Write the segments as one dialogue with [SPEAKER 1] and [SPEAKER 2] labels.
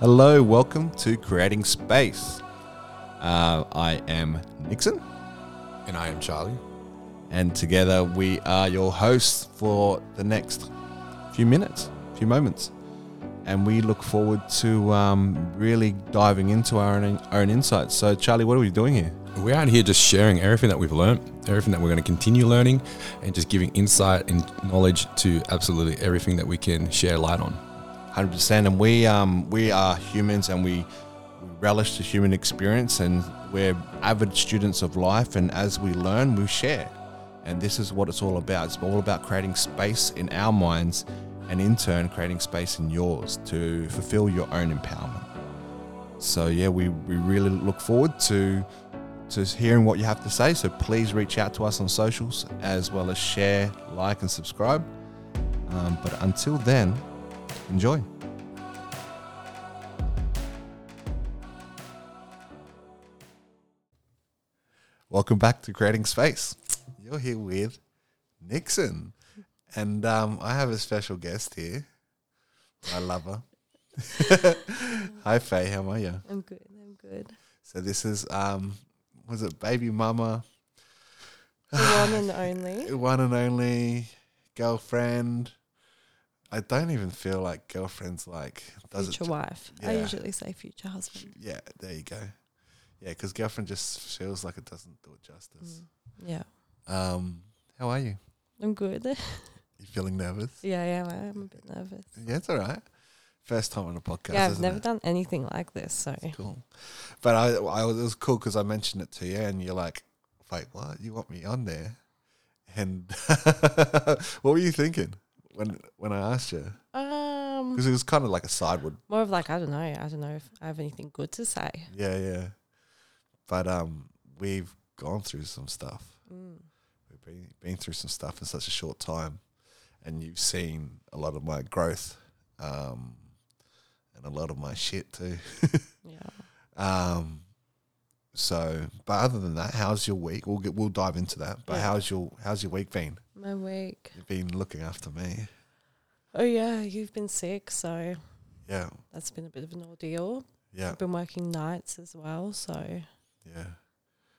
[SPEAKER 1] Hello, welcome to Creating Space. Uh, I am Nixon,
[SPEAKER 2] And I am Charlie.
[SPEAKER 1] and together we are your hosts for the next few minutes, few moments. And we look forward to um, really diving into our own, own insights. So, Charlie, what are we doing here?
[SPEAKER 2] We're out here just sharing everything that we've learned, everything that we're going to continue learning, and just giving insight and knowledge to absolutely everything that we can share light on.
[SPEAKER 1] hundred percent. And we um, we are humans, and we relish the human experience, and we're avid students of life. And as we learn, we share. And this is what it's all about. It's all about creating space in our minds, and in turn, creating space in yours to fulfill your own empowerment. So yeah, we, we really look forward to to hearing what you have to say. So please reach out to us on socials as well as share, like, and subscribe. Um, but until then, enjoy. Welcome back to Creating Space. You're here with Nixon, and um, I have a special guest here, my lover. Hi, Faye. How are you?
[SPEAKER 3] I'm good. I'm good.
[SPEAKER 1] So this is um was it baby mama
[SPEAKER 3] The one and only.
[SPEAKER 1] one and only girlfriend. I don't even feel like girlfriends like does
[SPEAKER 3] Future
[SPEAKER 1] it. ju-
[SPEAKER 3] wife. I
[SPEAKER 1] yeah.
[SPEAKER 3] usually say future husband.
[SPEAKER 1] Yeah, there you go. Yeah, because girlfriend just feels like it doesn't do it justice.
[SPEAKER 3] Yeah.
[SPEAKER 1] Um, how are you?
[SPEAKER 3] I'm good.
[SPEAKER 1] You feeling nervous?
[SPEAKER 3] yeah, yeah, I am a bit nervous.
[SPEAKER 1] Yeah, it's all right. First time on a podcast.
[SPEAKER 3] yeah, I've
[SPEAKER 1] isn't
[SPEAKER 3] never
[SPEAKER 1] it?
[SPEAKER 3] done anything like this, so
[SPEAKER 1] Cool. But I, I was, it was cool because I mentioned it to you, and you're like, "Wait, what? You want me on there?" And what were you thinking when when I asked you?
[SPEAKER 3] um
[SPEAKER 1] Because it was kind of like a sideward.
[SPEAKER 3] more of like I don't know, I don't know if I have anything good to say.
[SPEAKER 1] Yeah, yeah. But um, we've gone through some stuff.
[SPEAKER 3] Mm.
[SPEAKER 1] We've been been through some stuff in such a short time, and you've seen a lot of my growth, um, and a lot of my shit too.
[SPEAKER 3] Yeah.
[SPEAKER 1] Um, so, but other than that, how's your week? We'll get, we'll dive into that. But
[SPEAKER 3] Yeah.
[SPEAKER 1] how's your how's your week been?
[SPEAKER 3] My week.
[SPEAKER 1] You've been looking after me.
[SPEAKER 3] Oh yeah, you've been sick, so
[SPEAKER 1] Yeah,
[SPEAKER 3] that's been a bit of an ordeal.
[SPEAKER 1] yeah,
[SPEAKER 3] I've been working nights as well, so
[SPEAKER 1] yeah.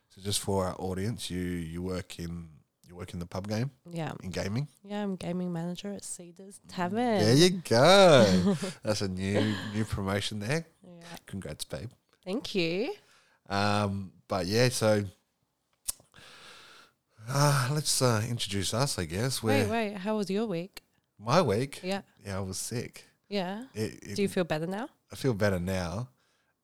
[SPEAKER 1] So, just for our audience, you you work in you work in the pub game
[SPEAKER 3] yeah.
[SPEAKER 1] in gaming.
[SPEAKER 3] Yeah, I'm gaming manager at Cedars
[SPEAKER 1] There
[SPEAKER 3] Tavern.
[SPEAKER 1] you go. That's a new new promotion there.
[SPEAKER 3] yeah.
[SPEAKER 1] Congrats, babe.
[SPEAKER 3] Thank you.
[SPEAKER 1] Um, but yeah, so. Uh, let's uh, introduce us, I guess. Where
[SPEAKER 3] Wait, wait, how was your week?
[SPEAKER 1] my week,
[SPEAKER 3] Yeah.
[SPEAKER 1] yeah, I was sick.
[SPEAKER 3] Yeah.
[SPEAKER 1] It, it,
[SPEAKER 3] Do you feel better now?
[SPEAKER 1] I feel better now,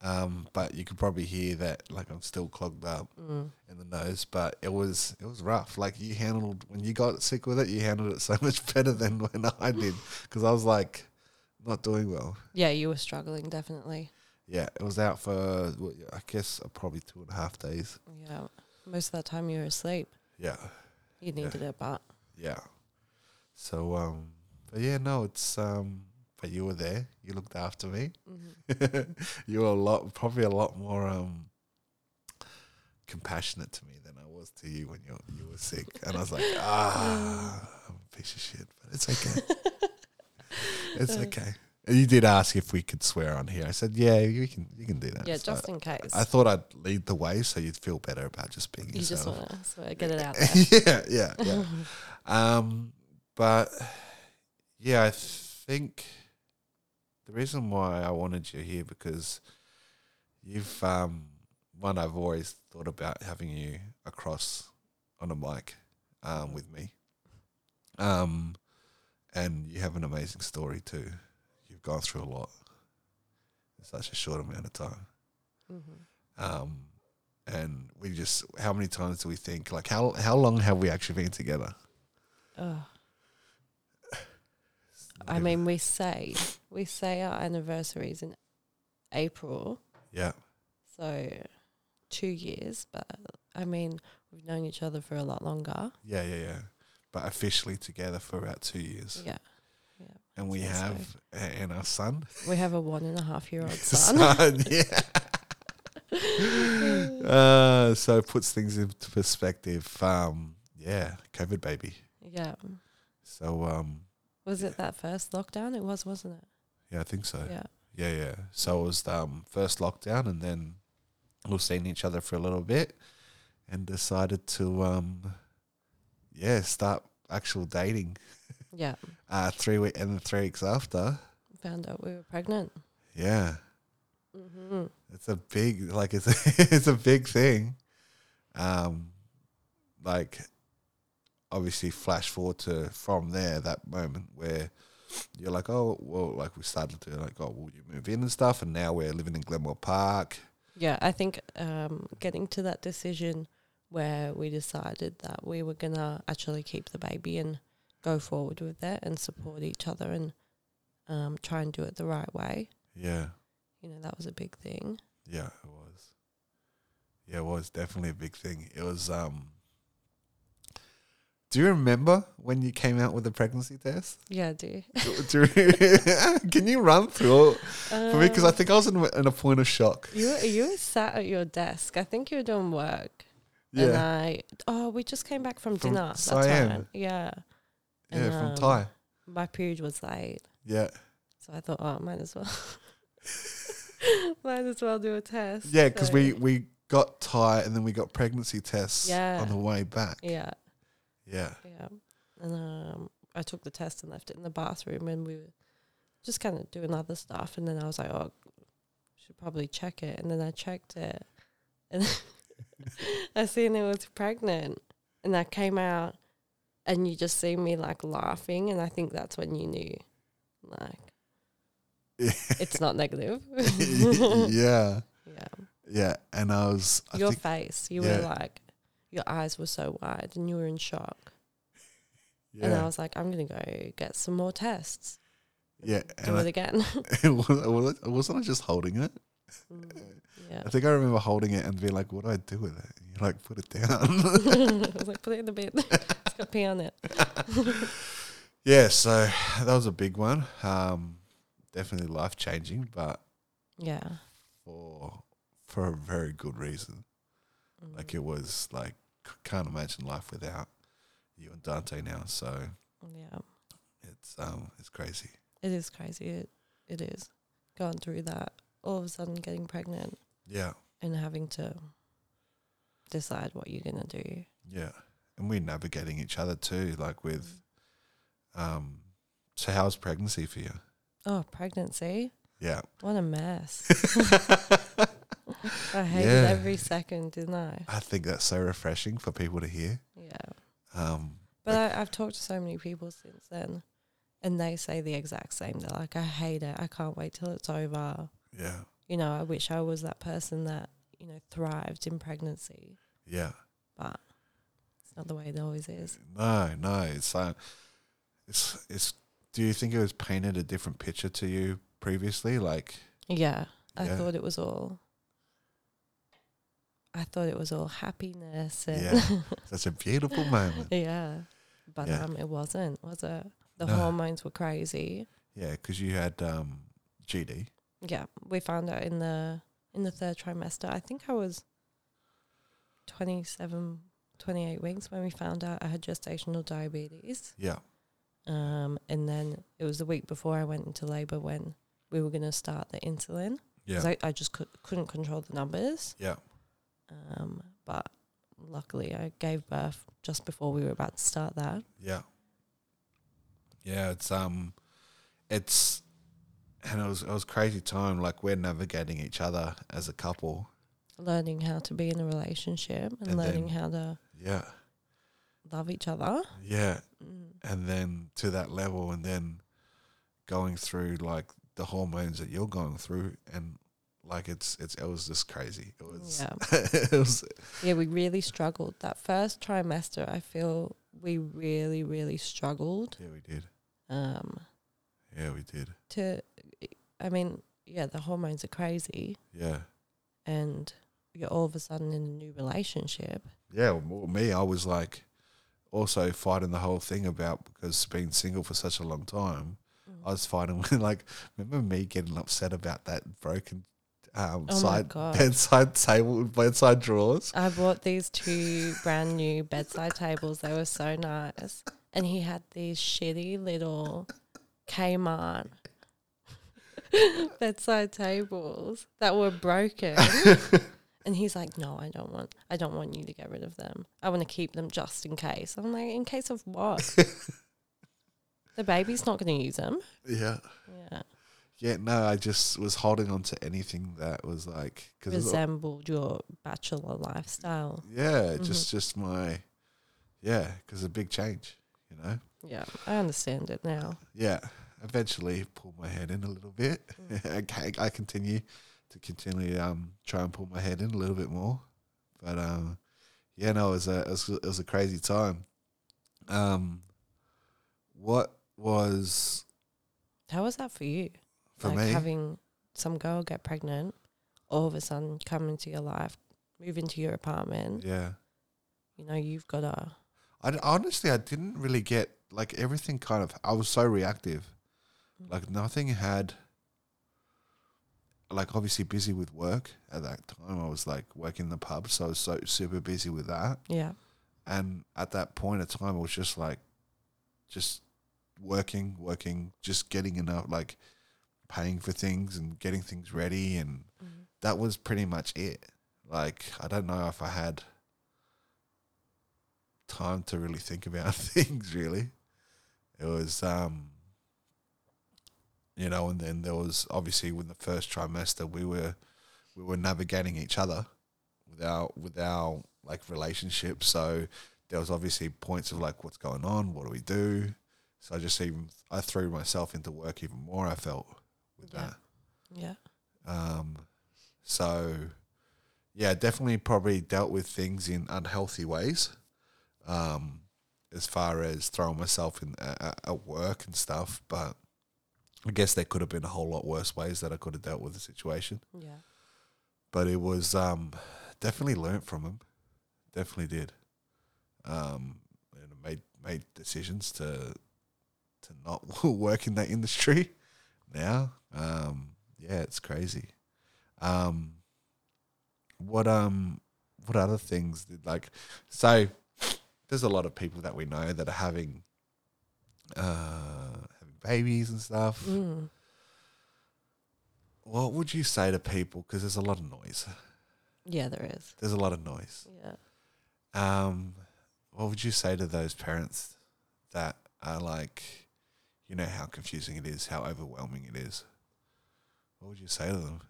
[SPEAKER 1] um, but you could probably hear that like I'm still clogged up
[SPEAKER 3] Mm.
[SPEAKER 1] in the nose. But it was it was rough. Like you handled when you got sick with it, you handled it so much better than when I did because I was like not doing well.
[SPEAKER 3] Yeah, you were struggling definitely.
[SPEAKER 1] Yeah, it was out for well, I guess uh, probably two and a half days.
[SPEAKER 3] Yeah, most of that time you were asleep.
[SPEAKER 1] Yeah,
[SPEAKER 3] You needed a butt.
[SPEAKER 1] yeah. So um, but yeah, no, it's um, but you were there. You looked after me.
[SPEAKER 3] Mm-hmm.
[SPEAKER 1] you were a lot, probably a lot more um, compassionate to me than I was to you when you you were sick. And I was like, ah, I'm a piece of shit, but it's okay. it's okay. And you did ask if we could swear on here. I said, yeah, you can, you can do that.
[SPEAKER 3] Yeah,
[SPEAKER 1] So
[SPEAKER 3] just in case.
[SPEAKER 1] I thought I'd lead the way so you'd feel better about just being
[SPEAKER 3] you just
[SPEAKER 1] yourself.
[SPEAKER 3] want to get it out there.
[SPEAKER 1] yeah, yeah, yeah. um, but yeah, I think the reason why I wanted you here because you've um, one I've always thought about having you across on a mic um, with me, um, and you have an amazing story too. You've gone through a lot in such a short amount of time.
[SPEAKER 3] Mhm.
[SPEAKER 1] Um, and we just, how many times do we think, like, how, how long have we actually been together?
[SPEAKER 3] Ugh.
[SPEAKER 1] Not
[SPEAKER 3] I
[SPEAKER 1] even-
[SPEAKER 3] mean, we say we say our anniversaries in April,
[SPEAKER 1] yeah,
[SPEAKER 3] so two years. But I mean, we've known each other for a lot longer.
[SPEAKER 1] yeah, yeah, yeah. But officially together for about two years.
[SPEAKER 3] Yeah,
[SPEAKER 1] and we
[SPEAKER 3] so-
[SPEAKER 1] have, a- and our son.
[SPEAKER 3] we have a one and a half year old son.
[SPEAKER 1] son yeah. uh, so it puts things into perspective. Um, yeah, COVID baby.
[SPEAKER 3] yeah,
[SPEAKER 1] So, um,
[SPEAKER 3] was it that first lockdown? It was, wasn't it?
[SPEAKER 1] yeah, I think so.
[SPEAKER 3] Yeah,
[SPEAKER 1] Yeah, yeah. So it was the um, first lockdown, and then we were seeing each other for a little bit, and decided to, um, yeah, start actual dating.
[SPEAKER 3] Yeah.
[SPEAKER 1] Uh, three week and then three weeks after,
[SPEAKER 3] Found out we were pregnant.
[SPEAKER 1] yeah,
[SPEAKER 3] hmm
[SPEAKER 1] it's a big like it's a, it's a big thing. Um, like obviously, flash forward to from there that moment where. You're like, oh, well, like we started to like, oh, will you move in and stuff? And now we're living in Glenmore Park.
[SPEAKER 3] Yeah, I think um, getting to that decision where we decided that we were going to actually keep the baby and go forward with that and support each other and um, try and do it the right way.
[SPEAKER 1] Yeah.
[SPEAKER 3] You know, that was a big thing.
[SPEAKER 1] Yeah, it was. Yeah, it was definitely a big thing. It was. um Do you remember when you came out with the pregnancy test?
[SPEAKER 3] Yeah, I do.
[SPEAKER 1] Do- do you- can you run through it for me? Because I think I was in, a- in a point of shock.
[SPEAKER 3] Um, You were, you were sat at your desk. I think you were doing work. And
[SPEAKER 1] Yeah,
[SPEAKER 3] I, oh, we just came back from,
[SPEAKER 1] From
[SPEAKER 3] dinner. That's
[SPEAKER 1] Siam.
[SPEAKER 3] right. Yeah.
[SPEAKER 1] yeah,
[SPEAKER 3] and,
[SPEAKER 1] from
[SPEAKER 3] um,
[SPEAKER 1] Thai.
[SPEAKER 3] My period was late.
[SPEAKER 1] Yeah,
[SPEAKER 3] So I thought, oh, might as well. might as well do a test.
[SPEAKER 1] yeah, because
[SPEAKER 3] So,
[SPEAKER 1] we we got Thai and then we got pregnancy tests
[SPEAKER 3] Yeah.
[SPEAKER 1] on the way back.
[SPEAKER 3] Yeah,
[SPEAKER 1] yeah,
[SPEAKER 3] yeah. And um, I took the test and left it in the bathroom, and we were just kind of doing other stuff. And then I was like, oh, should probably check it. And then I checked it, and I seen it was pregnant. And I came out, and you just see me like laughing, and I think that's when you knew, like, it's not negative.
[SPEAKER 1] yeah,
[SPEAKER 3] yeah.
[SPEAKER 1] yeah. And I was, I
[SPEAKER 3] your
[SPEAKER 1] think,
[SPEAKER 3] face. You were
[SPEAKER 1] yeah.
[SPEAKER 3] like, your eyes were so wide and you were in shock.
[SPEAKER 1] yeah,
[SPEAKER 3] And I was like, I'm going to go get some more tests.
[SPEAKER 1] yeah.
[SPEAKER 3] Do
[SPEAKER 1] And
[SPEAKER 3] it
[SPEAKER 1] I,
[SPEAKER 3] again.
[SPEAKER 1] was, wasn't I just holding it?
[SPEAKER 3] Mm,
[SPEAKER 1] I
[SPEAKER 3] yeah.
[SPEAKER 1] think I remember holding it and being like, "What do I do with it?" And you're like, "Put it down."
[SPEAKER 3] I was like, put it in the bed. it's got pee on it.
[SPEAKER 1] yeah, so that was a big one. Um, definitely life changing, but
[SPEAKER 3] Yeah.
[SPEAKER 1] for for a very good reason.
[SPEAKER 3] Mm,
[SPEAKER 1] Like it was like c- can't imagine life without you and Dante now. So
[SPEAKER 3] yeah.
[SPEAKER 1] it's um it's crazy.
[SPEAKER 3] It is crazy. It, it is. Going through that, all of a sudden getting pregnant
[SPEAKER 1] Yeah,
[SPEAKER 3] and having to decide what you're going to do.
[SPEAKER 1] yeah, and we're navigating each other too. Like with um, so how's pregnancy for you?
[SPEAKER 3] Oh, pregnancy.
[SPEAKER 1] Yeah,
[SPEAKER 3] What a mess. I hated
[SPEAKER 1] Yeah.
[SPEAKER 3] every second, didn't I?
[SPEAKER 1] I think that's so refreshing for people to hear.
[SPEAKER 3] Yeah.
[SPEAKER 1] Um,
[SPEAKER 3] But I, I've talked to so many people since then, and they say the exact same. They're like, I hate it. I can't wait till it's over.
[SPEAKER 1] yeah,
[SPEAKER 3] You know, I wish I was that person that, you know, thrived in pregnancy,
[SPEAKER 1] yeah.
[SPEAKER 3] but it's not the way it always is.
[SPEAKER 1] No, no. It's like it's it's. Do you think it was painted a different picture to you previously? Like,
[SPEAKER 3] Yeah. I
[SPEAKER 1] Yeah.
[SPEAKER 3] thought it was all. I thought it was all happiness and yeah,
[SPEAKER 1] yeah, that's a beautiful moment.
[SPEAKER 3] but
[SPEAKER 1] Yeah.
[SPEAKER 3] um, it wasn't, was it? The
[SPEAKER 1] No.
[SPEAKER 3] hormones were crazy.
[SPEAKER 1] Yeah, because you had um, GD.
[SPEAKER 3] yeah, we found out in the in the third trimester. I think I was 27, 28 weeks when we found out I had gestational diabetes.
[SPEAKER 1] Yeah,
[SPEAKER 3] Um, and then it was the week before I went into labor when we were going to start the insulin. 'Cause
[SPEAKER 1] yeah,
[SPEAKER 3] I, I just cou- couldn't control the numbers.
[SPEAKER 1] yeah,
[SPEAKER 3] Um, but luckily I gave birth just before we were about to start that.
[SPEAKER 1] yeah, yeah. It's um, it's and it was it was crazy time. Like we're navigating each other as a couple.
[SPEAKER 3] Learning how to be in a relationship and,
[SPEAKER 1] And
[SPEAKER 3] learning
[SPEAKER 1] then-
[SPEAKER 3] how to
[SPEAKER 1] Yeah,
[SPEAKER 3] love each other.
[SPEAKER 1] yeah.
[SPEAKER 3] Mm.
[SPEAKER 1] and then to that level and then going through like the hormones that you're going through and like it's it's it was just crazy it was
[SPEAKER 3] Yeah.
[SPEAKER 1] it was
[SPEAKER 3] Yeah, we really struggled. That first trimester, I feel we really, really struggled
[SPEAKER 1] yeah we did
[SPEAKER 3] um,
[SPEAKER 1] yeah we did
[SPEAKER 3] to, I mean, yeah, the hormones are crazy
[SPEAKER 1] yeah
[SPEAKER 3] and you're all of a sudden in a new relationship.
[SPEAKER 1] yeah well, me i was like also fighting the whole thing about because being single for such a long time i was fighting with like remember me getting upset about that broken um
[SPEAKER 3] Oh my
[SPEAKER 1] side
[SPEAKER 3] God.
[SPEAKER 1] bedside table bedside drawers
[SPEAKER 3] I bought these two brand new bedside tables. They were so nice. And he had these shitty little Kmart bedside tables that were broken. and he's like, "No, I don't want. I don't want you to get rid of them. I want to keep them just in case." I'm like, "In case of what? the baby's not going to use them."
[SPEAKER 1] yeah.
[SPEAKER 3] Yeah,
[SPEAKER 1] Yeah, no, I just was holding on to anything that was like, cause it-
[SPEAKER 3] resembled your bachelor lifestyle. Mm-hmm.
[SPEAKER 1] yeah, just just my, yeah, because a big change, you know.
[SPEAKER 3] Yeah, I understand it now.
[SPEAKER 1] Yeah, eventually pull my head in a little bit.
[SPEAKER 3] Mm.
[SPEAKER 1] okay, I continue to continually um try and pull my head in a little bit more, but um, yeah, no, it was a it was, it was a crazy time. Um, what was
[SPEAKER 3] How was that for you?
[SPEAKER 1] for
[SPEAKER 3] like
[SPEAKER 1] me?
[SPEAKER 3] having some girl get pregnant, all of a sudden come into your life, move into your apartment.
[SPEAKER 1] yeah.
[SPEAKER 3] You know, you've got to.
[SPEAKER 1] I d- honestly, I didn't really get like everything. Kind of, I was so reactive. Like nothing had. Like obviously busy with work at that time. I was like working in the pub, so I was so super busy with that.
[SPEAKER 3] Yeah,
[SPEAKER 1] And at that point of time, it was just like, just working, working, just getting enough, like paying for things and getting things ready, and
[SPEAKER 3] Mm-hmm.
[SPEAKER 1] that was pretty much it. Like I don't know if I had time to really think about things. Really, it was, um, you know, and then there was obviously when the first trimester we were we were navigating each other with our with our like relationship. So there was obviously points of like what's going on, what do we do? So I just even I threw myself into work even more. I felt with
[SPEAKER 3] Yeah.
[SPEAKER 1] that.
[SPEAKER 3] yeah.
[SPEAKER 1] Um, so, yeah, definitely probably dealt with things in unhealthy ways. Um, as far as throwing myself in uh, at work and stuff, but I guess there could have been a whole lot worse ways that I could have dealt with the situation.
[SPEAKER 3] Yeah.
[SPEAKER 1] But it was um, definitely learnt from him. Definitely did. Um, and I made made decisions to to not work in that industry now. Um, yeah, it's crazy. Um, what um what other things did like so there's a lot of people that we know that are having uh having babies and stuff.
[SPEAKER 3] Mm.
[SPEAKER 1] What would you say to people because there's a lot of noise.
[SPEAKER 3] Yeah, there is.
[SPEAKER 1] There's a lot of noise.
[SPEAKER 3] Yeah.
[SPEAKER 1] Um, what would you say to those parents that are like, you know, how confusing it is, how overwhelming it is? What would you say to them?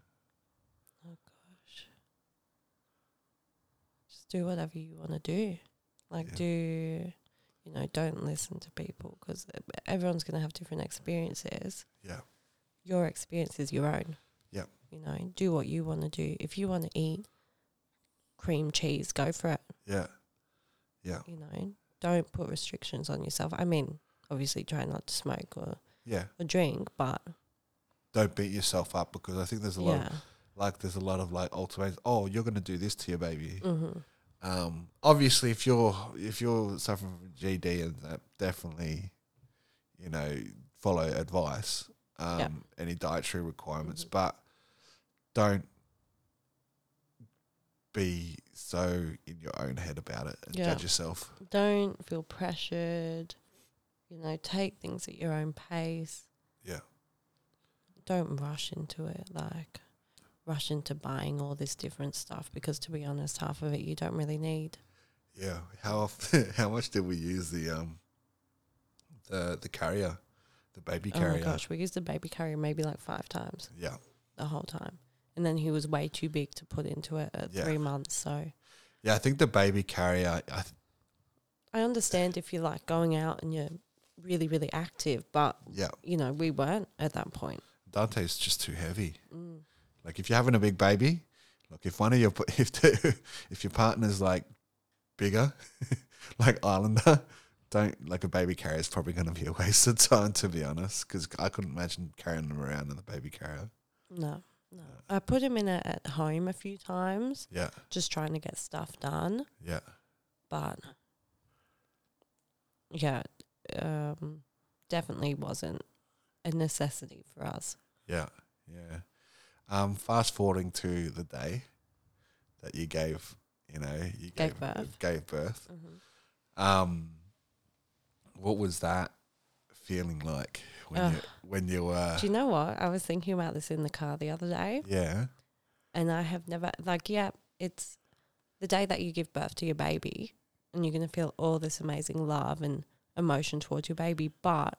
[SPEAKER 3] Just do whatever you want to do. Like,
[SPEAKER 1] Yeah.
[SPEAKER 3] do, you know, don't listen to people because everyone's going to have different experiences.
[SPEAKER 1] Yeah.
[SPEAKER 3] Your experience is your own.
[SPEAKER 1] Yeah.
[SPEAKER 3] You know, do what you want to do. If you want to eat cream cheese, go for it.
[SPEAKER 1] Yeah.
[SPEAKER 3] You know, don't put restrictions on yourself. I mean, obviously, try not to smoke or,
[SPEAKER 1] Yeah.
[SPEAKER 3] or drink, but
[SPEAKER 1] Don't beat yourself up because I think there's a lot
[SPEAKER 3] yeah.
[SPEAKER 1] of like there's a lot of like ultimatums. Oh, you're gonna do this to your baby.
[SPEAKER 3] Mm-hmm.
[SPEAKER 1] Um, obviously if you're if you're suffering from GD and that definitely, you know, follow advice, um,
[SPEAKER 3] Yeah.
[SPEAKER 1] any dietary requirements,
[SPEAKER 3] Mhm.
[SPEAKER 1] but don't be so in your own head about it and
[SPEAKER 3] Yeah.
[SPEAKER 1] judge yourself.
[SPEAKER 3] don't feel pressured. You know, take things at your own pace.
[SPEAKER 1] Yeah.
[SPEAKER 3] Don't rush into it, like rush into buying all this different stuff because to be honest, half of it you don't really need.
[SPEAKER 1] Yeah. How often how much did we use the um the the carrier, the baby
[SPEAKER 3] Oh my
[SPEAKER 1] carrier?
[SPEAKER 3] gosh, we used the baby carrier maybe like five times
[SPEAKER 1] Yeah.
[SPEAKER 3] the whole time. And then he was way too big to put into it at
[SPEAKER 1] Yeah.
[SPEAKER 3] three months. So
[SPEAKER 1] Yeah, I think the baby carrier I th-
[SPEAKER 3] I understand if you're like going out and you're really, really active, but
[SPEAKER 1] yeah,
[SPEAKER 3] you know, we weren't at that point.
[SPEAKER 1] Dante's just too heavy.
[SPEAKER 3] Mm.
[SPEAKER 1] Like if you're having a big baby, look if one of your if the, if your partner's like bigger, like Islander, don't like a baby carrier is probably going to be a waste of time to be honest. Because I couldn't imagine carrying them around in the baby carrier.
[SPEAKER 3] No, no. I put him in it at home a few times.
[SPEAKER 1] Yeah,
[SPEAKER 3] just trying to get stuff done.
[SPEAKER 1] yeah,
[SPEAKER 3] But yeah, um, definitely wasn't a necessity for us.
[SPEAKER 1] yeah, yeah. Um, fast forwarding to the day that you gave, you know, you
[SPEAKER 3] Gave birth.
[SPEAKER 1] Gave birth. Um, what was that feeling like? when
[SPEAKER 3] Ugh.
[SPEAKER 1] you when you uh,
[SPEAKER 3] Do you know what? I was thinking about this in the car the other day,
[SPEAKER 1] yeah
[SPEAKER 3] and I have never, like, yeah, it's the day that you give birth to your baby, and you're going to feel all this amazing love and emotion towards your baby. But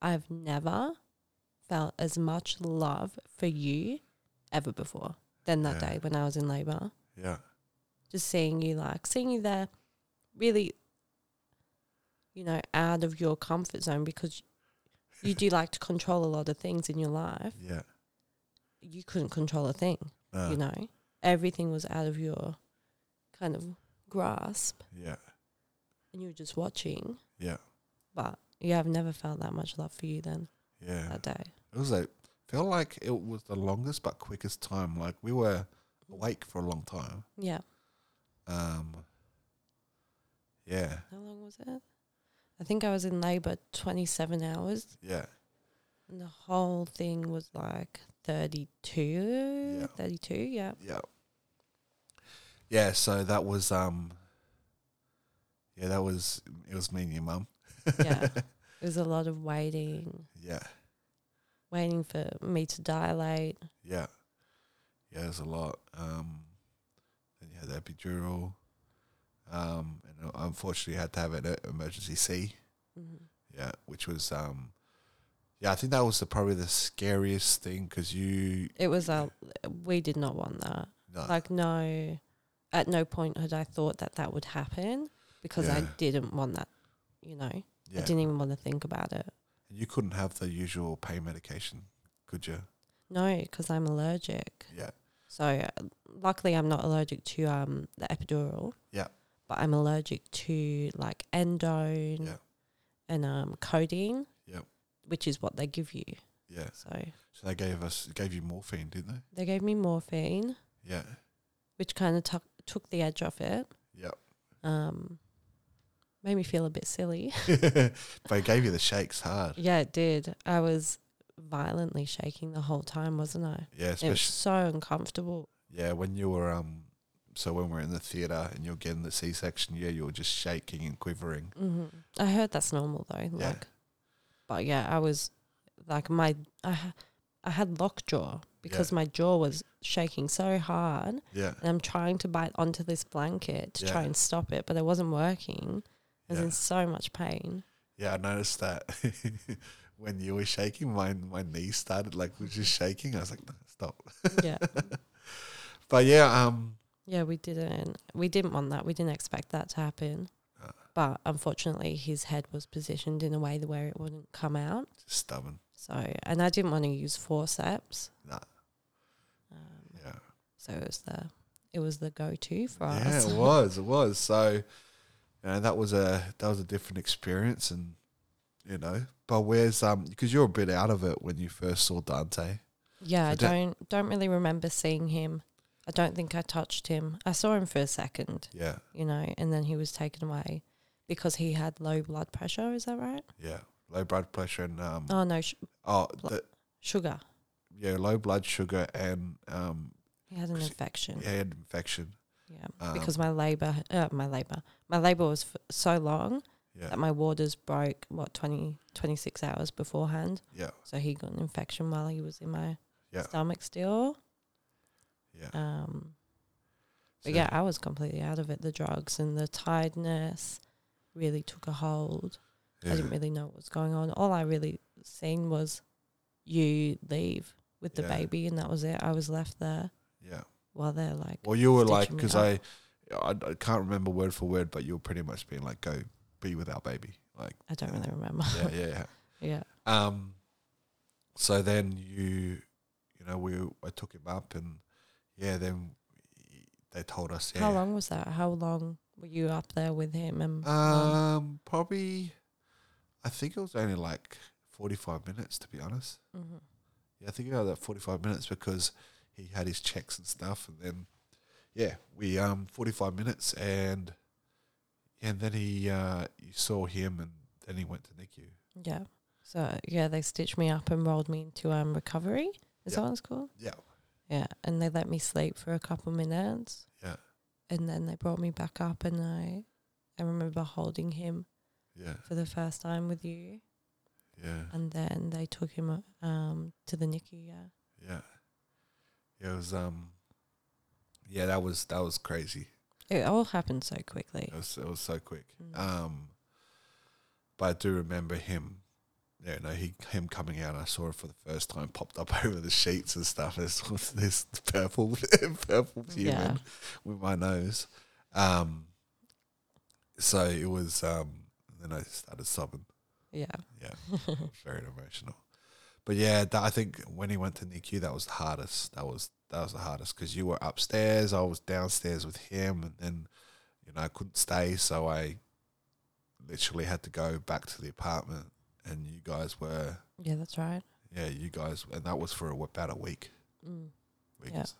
[SPEAKER 3] I've never felt as much love for you ever before than that
[SPEAKER 1] Yeah.
[SPEAKER 3] day when I was in labor.
[SPEAKER 1] yeah
[SPEAKER 3] Just seeing you, like, seeing you there, really, you know, out of your comfort zone because you do like to control a lot of things in your life.
[SPEAKER 1] yeah Uh,
[SPEAKER 3] you couldn't control a thing,
[SPEAKER 1] no,
[SPEAKER 3] you know. Everything was out of your kind of grasp
[SPEAKER 1] yeah
[SPEAKER 3] and you were just watching.
[SPEAKER 1] Yeah.
[SPEAKER 3] But yeah, I've never felt that much love for you then
[SPEAKER 1] yeah
[SPEAKER 3] that day.
[SPEAKER 1] it was like felt like it was the longest but quickest time like we were awake for a long time
[SPEAKER 3] Yeah.
[SPEAKER 1] um yeah
[SPEAKER 3] How long was it? I think I was in labor 27 hours
[SPEAKER 1] yeah
[SPEAKER 3] and the whole thing was like 32,
[SPEAKER 1] Yeah.
[SPEAKER 3] 32, yeah.
[SPEAKER 1] yeah yeah so that was um yeah that was it was me and your mum
[SPEAKER 3] Yeah. it was a lot of waiting,
[SPEAKER 1] yeah
[SPEAKER 3] waiting for me to dilate.
[SPEAKER 1] Yeah. Yeah, there's a lot. Um, then you had the epidural. Um, and I unfortunately had to have an e- emergency C. Mm-hmm.
[SPEAKER 3] Mhm.
[SPEAKER 1] Yeah, which was, um, yeah, I think that was the, probably the scariest thing because you,
[SPEAKER 3] It was a, we did not want that.
[SPEAKER 1] no,
[SPEAKER 3] like no at no point had i thought that that would happen because i
[SPEAKER 1] Yeah.
[SPEAKER 3] didn't want that you know i
[SPEAKER 1] yeah,
[SPEAKER 3] didn't even want to think about it
[SPEAKER 1] you couldn't have the usual pain medication, could you?
[SPEAKER 3] no because i'm allergic
[SPEAKER 1] Yeah,
[SPEAKER 3] so uh, luckily i'm not allergic to um the epidural
[SPEAKER 1] Yeah.
[SPEAKER 3] but i'm allergic to like endone
[SPEAKER 1] Yeah.
[SPEAKER 3] and um codeine
[SPEAKER 1] Yeah.
[SPEAKER 3] which is what they give you
[SPEAKER 1] yeah.
[SPEAKER 3] so
[SPEAKER 1] So they gave us, gave you morphine, didn't they?
[SPEAKER 3] they gave me morphine
[SPEAKER 1] Yeah,
[SPEAKER 3] which kind of tuck took the edge off it
[SPEAKER 1] yeah.
[SPEAKER 3] um made me feel a bit silly
[SPEAKER 1] they gave you the shakes hard.
[SPEAKER 3] Yeah, it did. I was violently shaking the whole time, wasn't I?
[SPEAKER 1] Yeah,
[SPEAKER 3] It was
[SPEAKER 1] especially
[SPEAKER 3] so uncomfortable.
[SPEAKER 1] Yeah, when you were um, so when we we're in the theater and you're getting the C-section, yeah, you were just shaking and quivering.
[SPEAKER 3] hmm I heard that's normal though.
[SPEAKER 1] Yeah.
[SPEAKER 3] Like, but yeah, I was like my I ha- I had lockjaw because my jaw was shaking so hard, and
[SPEAKER 1] Yeah,
[SPEAKER 3] I'm trying to bite onto this blanket to try
[SPEAKER 1] Yeah.
[SPEAKER 3] and stop it, but it wasn't working. I was
[SPEAKER 1] yeah,
[SPEAKER 3] in so much pain.
[SPEAKER 1] yeah. I noticed that when you were shaking, my my knee started like was just shaking. I was like, no, stop.
[SPEAKER 3] yeah,
[SPEAKER 1] But yeah, um,
[SPEAKER 3] yeah, we didn't we didn't want that. We didn't expect that to happen.
[SPEAKER 1] Ah.
[SPEAKER 3] But unfortunately, his head was positioned in a way where it wouldn't come out.
[SPEAKER 1] just stubborn.
[SPEAKER 3] So, and I didn't want to use forceps.
[SPEAKER 1] Nah.
[SPEAKER 3] Um,
[SPEAKER 1] Yeah,
[SPEAKER 3] so it was the it was the go to for
[SPEAKER 1] yeah.
[SPEAKER 3] us.
[SPEAKER 1] It was, it was. So, you know, that was a that was a different experience, and you know, but where's um, because you're a bit out of it when you first saw Dante.
[SPEAKER 3] Yeah,
[SPEAKER 1] So
[SPEAKER 3] I
[SPEAKER 1] that-
[SPEAKER 3] don't don't really remember seeing him. I don't think I touched him. I saw him for a second,
[SPEAKER 1] Yeah,
[SPEAKER 3] you know, and then he was taken away because he had low blood pressure. Is that right?
[SPEAKER 1] yeah. Low blood pressure and um,
[SPEAKER 3] Oh no, sh-
[SPEAKER 1] oh,
[SPEAKER 3] bl-
[SPEAKER 1] the,
[SPEAKER 3] sugar.
[SPEAKER 1] yeah, low blood sugar and um,
[SPEAKER 3] He had an
[SPEAKER 1] Cause-
[SPEAKER 3] infection.
[SPEAKER 1] he had infection.
[SPEAKER 3] Yeah,
[SPEAKER 1] Um,
[SPEAKER 3] because my labor, uh, my labor, my labor was f- so long
[SPEAKER 1] yeah,
[SPEAKER 3] that my waters broke. What 20, 26 hours beforehand.
[SPEAKER 1] yeah,
[SPEAKER 3] So he got an infection while he was in my
[SPEAKER 1] Yeah.
[SPEAKER 3] stomach still.
[SPEAKER 1] yeah,
[SPEAKER 3] Um, but
[SPEAKER 1] So-
[SPEAKER 3] yeah, I was completely out of it. The drugs and the tiredness really took a hold. I didn't really know what was going on. All I really seen was you leave with the
[SPEAKER 1] Yeah.
[SPEAKER 3] baby, and that was it. I was left there
[SPEAKER 1] yeah.
[SPEAKER 3] while they're like,
[SPEAKER 1] Well, you were
[SPEAKER 3] stitching
[SPEAKER 1] like,
[SPEAKER 3] me
[SPEAKER 1] because
[SPEAKER 3] up.
[SPEAKER 1] I, I, I can't remember word for word, but you were pretty much being like, go be with our baby. Like,
[SPEAKER 3] I don't really remember.
[SPEAKER 1] yeah, yeah, yeah.
[SPEAKER 3] yeah.
[SPEAKER 1] Um, so then you, you know, we I took him up and yeah, then they told us yeah,
[SPEAKER 3] How long was that? How long were you up there with him? And mum?
[SPEAKER 1] Um, probably, I think it was only like forty-five minutes to be honest.
[SPEAKER 3] Mhm.
[SPEAKER 1] Yeah, I think about that forty-five minutes because he had his checks and stuff, and then yeah, we um forty-five minutes, and and then he uh you saw him, and then he went to NICU.
[SPEAKER 3] yeah. So yeah, they stitched me up and rolled me into um recovery. Is
[SPEAKER 1] Yeah.
[SPEAKER 3] that what it's called?
[SPEAKER 1] Yeah,
[SPEAKER 3] Yeah, and they let me sleep for a couple minutes.
[SPEAKER 1] Yeah.
[SPEAKER 3] And then they brought me back up, and I, I remember holding him
[SPEAKER 1] yeah,
[SPEAKER 3] for the first time with you.
[SPEAKER 1] Yeah.
[SPEAKER 3] and then they took him uh, um to the NICU. Yeah,
[SPEAKER 1] Yeah. Yeah, it was um yeah, that was that was crazy.
[SPEAKER 3] it all happened so quickly.
[SPEAKER 1] It was it was so quick.
[SPEAKER 3] Mm.
[SPEAKER 1] Um but I do remember him yeah, no, he him coming out. I saw it for the first time. Popped up over the sheets and stuff. This this purple purple human
[SPEAKER 3] Yeah.
[SPEAKER 1] with my nose. Um, so it was. Um, then I started sobbing.
[SPEAKER 3] Yeah,
[SPEAKER 1] Yeah, very emotional. But yeah, that, I think when he went to NICU, that was the hardest. That was that was the hardest because you were upstairs, I was downstairs with him, and then you know I couldn't stay, so I literally had to go back to the apartment. And you guys were,
[SPEAKER 3] yeah, that's right.
[SPEAKER 1] yeah, you guys, and that was for a, about a week.
[SPEAKER 3] Mm.
[SPEAKER 1] week
[SPEAKER 3] Yeah.
[SPEAKER 1] or so.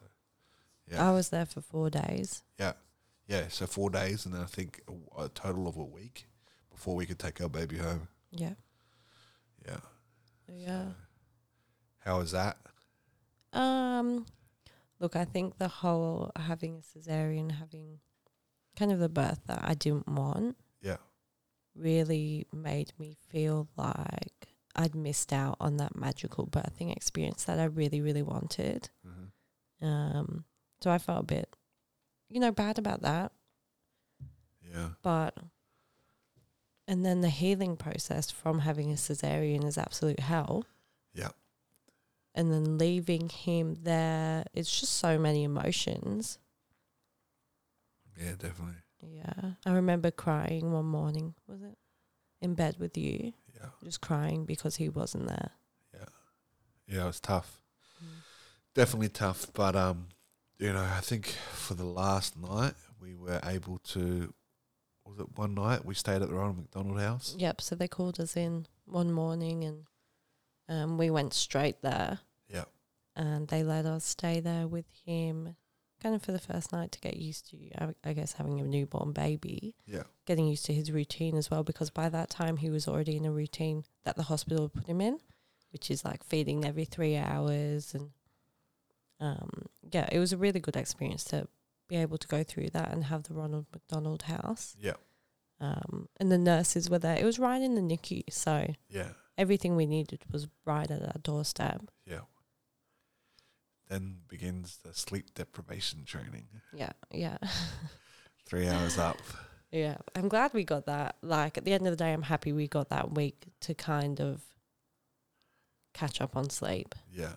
[SPEAKER 1] Yeah.
[SPEAKER 3] I was there for four days.
[SPEAKER 1] Yeah, yeah. So four days, and then I think a, a total of a week before we could take our baby home.
[SPEAKER 3] Yeah,
[SPEAKER 1] Yeah.
[SPEAKER 3] yeah.
[SPEAKER 1] How was that?
[SPEAKER 3] Um, look, I think the whole having a cesarean, having kind of the birth that I didn't want,
[SPEAKER 1] Yeah.
[SPEAKER 3] really made me feel like I'd missed out on that magical birthing experience that I really, really wanted. Um, so I felt a bit, you know, bad about that.
[SPEAKER 1] Yeah.
[SPEAKER 3] But and then the healing process from having a cesarean is absolute hell.
[SPEAKER 1] Yeah.
[SPEAKER 3] And then leaving him there, it's just so many emotions.
[SPEAKER 1] Yeah, definitely.
[SPEAKER 3] Yeah. I remember crying one morning, was it? In bed with you,
[SPEAKER 1] Yeah.
[SPEAKER 3] just crying because he wasn't there.
[SPEAKER 1] Yeah, it was tough.
[SPEAKER 3] Mm.
[SPEAKER 1] Definitely tough. But um, you know, I think for the last night we were able to was it one night we stayed at the Ronald McDonald house?
[SPEAKER 3] Yep. So they called us in one morning and um, we went straight there.
[SPEAKER 1] Yeah.
[SPEAKER 3] And they let us stay there with him kind of for the first night to get used to, I, I guess, having a newborn baby,
[SPEAKER 1] Yeah.
[SPEAKER 3] getting used to his routine as well, because by that time he was already in a routine that the hospital had put him in, which is like feeding every three hours. And um, yeah, it was a really good experience to be able to go through that and have the Ronald McDonald house
[SPEAKER 1] Yeah.
[SPEAKER 3] um, and the nurses were there. It was right in the NICU, so
[SPEAKER 1] Yeah.
[SPEAKER 3] everything we needed was right at our doorstep.
[SPEAKER 1] Yeah. Then begins the sleep deprivation training.
[SPEAKER 3] Yeah, yeah,
[SPEAKER 1] Three hours up.
[SPEAKER 3] yeah. I'm glad we got that. Like at the end of the day, I'm happy we got that week to kind of catch up on sleep,
[SPEAKER 1] Yeah.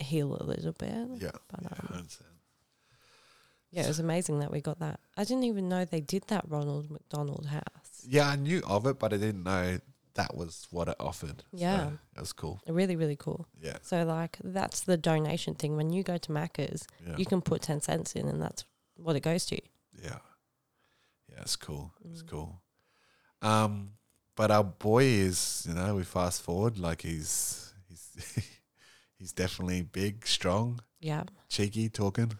[SPEAKER 3] heal a little bit.
[SPEAKER 1] Yeah.
[SPEAKER 3] But
[SPEAKER 1] Yeah, I
[SPEAKER 3] um,
[SPEAKER 1] understand.
[SPEAKER 3] yeah, it was amazing that we got that. I didn't even know they did that Ronald McDonald house.
[SPEAKER 1] Yeah, I knew of it, but I didn't know that was what it offered. So
[SPEAKER 3] Yeah.
[SPEAKER 1] that was cool.
[SPEAKER 3] Really, really cool.
[SPEAKER 1] Yeah.
[SPEAKER 3] So like that's the donation thing. When you go to Macca's,
[SPEAKER 1] Yeah.
[SPEAKER 3] you can put ten cents in, and that's what it goes to.
[SPEAKER 1] Yeah. Yeah, it's cool. It's
[SPEAKER 3] Mm.
[SPEAKER 1] cool. Um, but our boy is, you know, we fast forward, like he's he's he's definitely big, strong,
[SPEAKER 3] Yeah.
[SPEAKER 1] cheeky talking.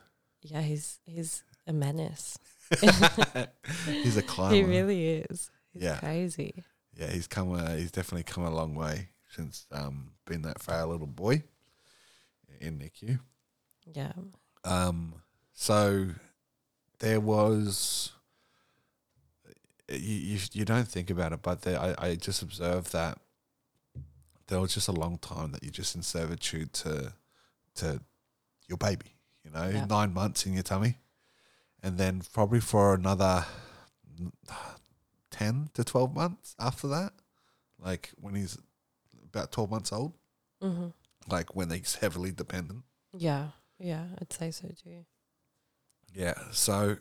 [SPEAKER 3] Yeah, he's he's a menace.
[SPEAKER 1] he's a climber.
[SPEAKER 3] he really is. He's
[SPEAKER 1] Yeah.
[SPEAKER 3] crazy.
[SPEAKER 1] Yeah, he's come a, he's definitely come a long way since um being that frail little boy in NICU.
[SPEAKER 3] Yeah.
[SPEAKER 1] Um, so there was. You, you you don't think about it, but there, I I just observed that there was just a long time that you're just in servitude to to your baby. You know,
[SPEAKER 3] Yeah.
[SPEAKER 1] nine months in your tummy, and then probably for another ten to twelve months after that, like when he's about twelve months old,
[SPEAKER 3] hmm
[SPEAKER 1] like when he's heavily dependent.
[SPEAKER 3] Yeah. Yeah. I'd say so too.
[SPEAKER 1] Yeah. So,